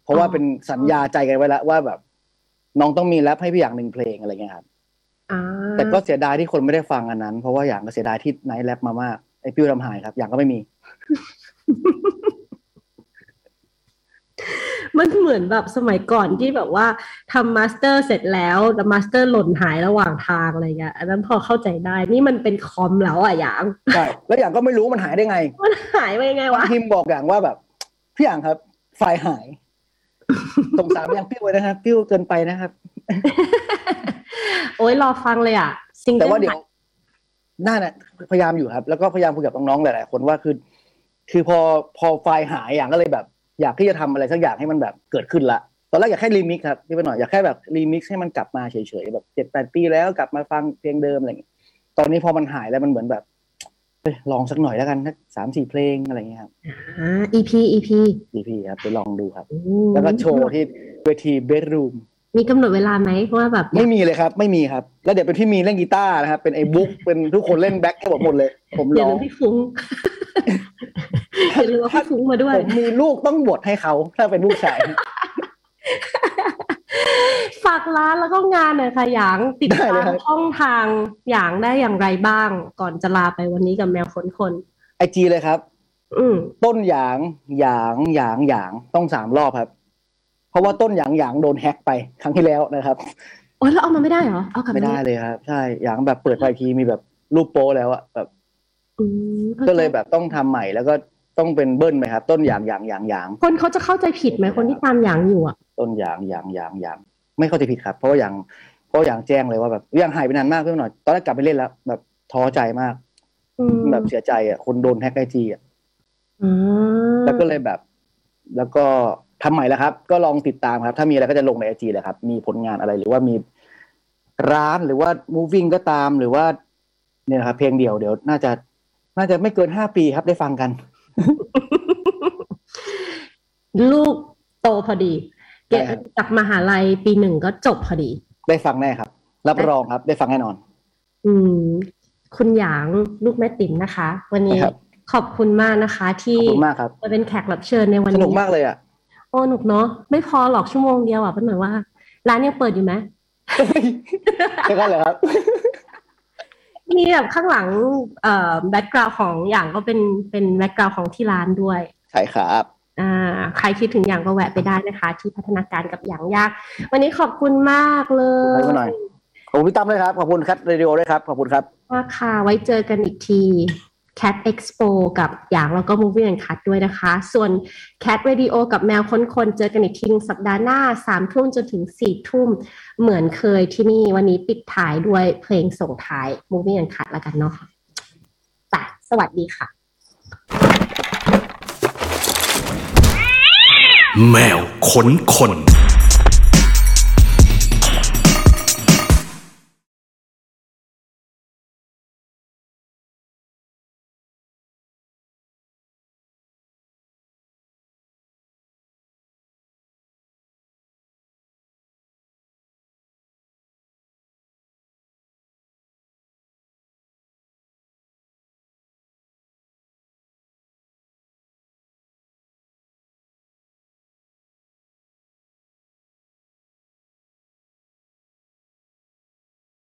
Speaker 3: เพราะว่า
Speaker 2: อ๋อ
Speaker 3: เป็นสัญญาใจกันไว้แล้วว่าแบบ น้องต้องมีแรปให้พี่อย่างหนึ่งเพลงอะไรเงี้ยครับ
Speaker 2: อ่า
Speaker 3: แต่ก็เสียดายที่คนไม่ได้ฟังอันนั้น เพราะว่าอย่างก็เสียดายที่ไนท์แรปมามากไอพิวทำหายครับ อย่างก็ไม่มี
Speaker 2: มันเหมือนแบบสมัยก่อนที่แบบว่าทำมาสเตอร์เสร็จแล้วแต่มาสเตอร์หล่นหายระหว่างทางอะไรเงี้ยอันนั้นพอเข้าใจได้นี่มันเป็นคอมแล้วอ่ะอย่าง
Speaker 3: ใช่แล้วอย่างก็ไม่รู้มันหายได้ไง
Speaker 2: มันหายไปยังไงวะ
Speaker 3: ทีมบอกอย่างว่าแบบพี่อย่างครับ ไฟล์หายสงสารอย่างพิวเลยนะครับพิวเกินไปนะครับ
Speaker 2: โอ้ยรอฟังเลยอ่ะซิง
Speaker 3: แต่
Speaker 2: เกิล
Speaker 3: ว่าเดี๋ยวน่าน่ะพยายามอยู่ครับ แล้วก็พยายามคุยกับน้องๆหลายๆคนว่าคือ คือพอพอไฟล์หายอย่างก็เลยแบบ อยากที่จะทำอะไรสักอย่างให้มันแบบเกิดขึ้นละตอนแรกอยากแค่รีมิกซ์ครับที่เป็นหน่อยอยากแค่แบบรีมิกซ์ให้มันกลับมาเฉยๆแบบเจ็ดแปดปีแล้วกลับมาฟังเพลงเดิมอะไรอย่างเงี้ยตอนนี้พอมันหายแล้วมันเหมือนแบบเอ้ยลองสักหน่อยแล้วกันสักสามสี่เพลงอะไรอย่างเงี้ยครับ
Speaker 2: อ่า EP EP
Speaker 3: ดีพี่ครับไปลองดูครับ
Speaker 2: โอ้
Speaker 3: แล้วก็โชว์ที่เวทีเบดรูม
Speaker 2: มีกำหนดเวลาไหมว่าแบบ
Speaker 3: ไม่มีเลยครับ ไม่มีครับ แล้วเดี๋ยวเป็นพี่มีเล่นกีตาร์นะครับเป็นไอ้บุ๊กเป็นทุกคนเล่นแบ็คให้ผมหมดเลย ผม
Speaker 2: อย่าลื
Speaker 3: ร้อง
Speaker 2: มพี่ฟุ้งอย่าลืมว่าพี่ฟุ้งมาด้วย
Speaker 3: ผมมีลูกต้องบวชให้เขาถ้าเป็นลูกชาย
Speaker 2: ฝากร้านแล้วก็งานหน่อยค่ะหยางติด
Speaker 3: ได้
Speaker 2: ตา
Speaker 3: เลย
Speaker 2: ม
Speaker 3: ครับ
Speaker 2: ช่องทางหยางได้อย่างไรบ้าง ก่อนจะลาไปวันนี้กับแมวค้นคน
Speaker 3: ไอจีเลยครับ
Speaker 2: อืม
Speaker 3: ต้นหยางหยางหยางหยางต้องสามรอบครับ เพราะว่าต้นหยางหยางโดนแฮ็กไปครั้งที่แล้วนะครับ
Speaker 2: โอ้ยเราเอามาไม่ได้เหรอ เอากลับ
Speaker 3: ไม่ได้เลยครับ ใช่หยางแบบเปิดไปทีมีแบบรูปโป้แล้วอะแบบ
Speaker 2: อืมข้าใจ
Speaker 3: ก็เลยแบบต้องทำใหม่แล้วก็ต้องเป็นเบิ้ลไหมครับ ต้นหยางหยางหยางหยาง
Speaker 2: คนเขาจะเข้าใจผิดไหมคนที่ตามหยางอยู่อ่ะ
Speaker 3: ต้นหยางหยางหยางหยางไม่เข้าใจผิดครับ เพราะว่าหยางเพราะว่าหยางแจ้งเลยว่าแบบหยางหายไปนานมากเพื่อนหน่อยตอนแรกกลับไปเล่นแล้ว แบบท้อใจมาก
Speaker 2: อืม
Speaker 3: แบบเสียใจอะคนโดนแฮ็กไอจีอะ
Speaker 2: อ่า
Speaker 3: แล้วก็เลยแบบ แล้วก็ทำใหม่แล้วครับ ก็ลองติดตามครับ ถ้ามีอะไรก็จะลงในไอจีแหละครับ มีผลงานอะไรหรือว่ามีร้านหรือว่า moving ก็ตามหรือว่า เนี่ยนะครับ เพลงเดียวเดี๋ยวน่าจะ น่าจะไม่เกินห้าปีครับได้ฟังกัน
Speaker 2: ลูกโตพอดีเก
Speaker 3: ได้ครับ
Speaker 2: จากมหาลัยปีหนึ่งก็จบพอดี
Speaker 3: ได้ฟังแน่ครับ รับรองครับ ได้ฟังแน่นอน
Speaker 2: อืม คุณหยางลูกแม่ติ๋มนะคะ วันนี้
Speaker 3: ครับ
Speaker 2: ขอบคุณมากนะคะ
Speaker 3: ข
Speaker 2: ที่
Speaker 3: อบคุณมากครับ
Speaker 2: มาเป็นแขกรับเชิญในวัน
Speaker 3: ส
Speaker 2: นี้
Speaker 3: นุกมาก เลยอ่ะ
Speaker 2: โอ้หนุกเนาะไม่พอหรอกชั่วโมงเดียวอ่ะเพื่อนหมายว่า ร้านยังเปิดอยู่ไหม
Speaker 3: ใช่กันเหรอครับ
Speaker 2: มีแบบข้างหลังเอ่อแบ็กกราวของอย่างก็เป็นเป็นแบ็กกราวของที่ร้านด้วย
Speaker 3: ใช่ครับ
Speaker 2: อ่าใครคิดถึงอย่างก็แวะไปได้นะคะ ที่พัฒนาการกับอย่างยาก วันนี้ขอบคุณมากเลย
Speaker 3: ขอบคุณหน่อย ขอบคุณพี่ตั้มด้วยครับ ขอบคุณคัทเรดิโอด้วยครับ ขอบคุณครับ
Speaker 2: มากค่ะไว้เจอกันอีกที Cat Expo กับอย่างแล้วก็ Movie and Cut ด้วยนะคะ ส่วน Cat Radio กับแมวค้นคนเจอกันอีกทีสัปดาห์หน้า3ทุ่มจนถึง4ทุ่ม เหมือนเคยที่นี่วันนี้ปิดท้ายด้วยเพลงส่งท้าย Movie and Cut แล้วกันเนาะจ้ะสวัสดีค่ะ
Speaker 4: แมวขนคน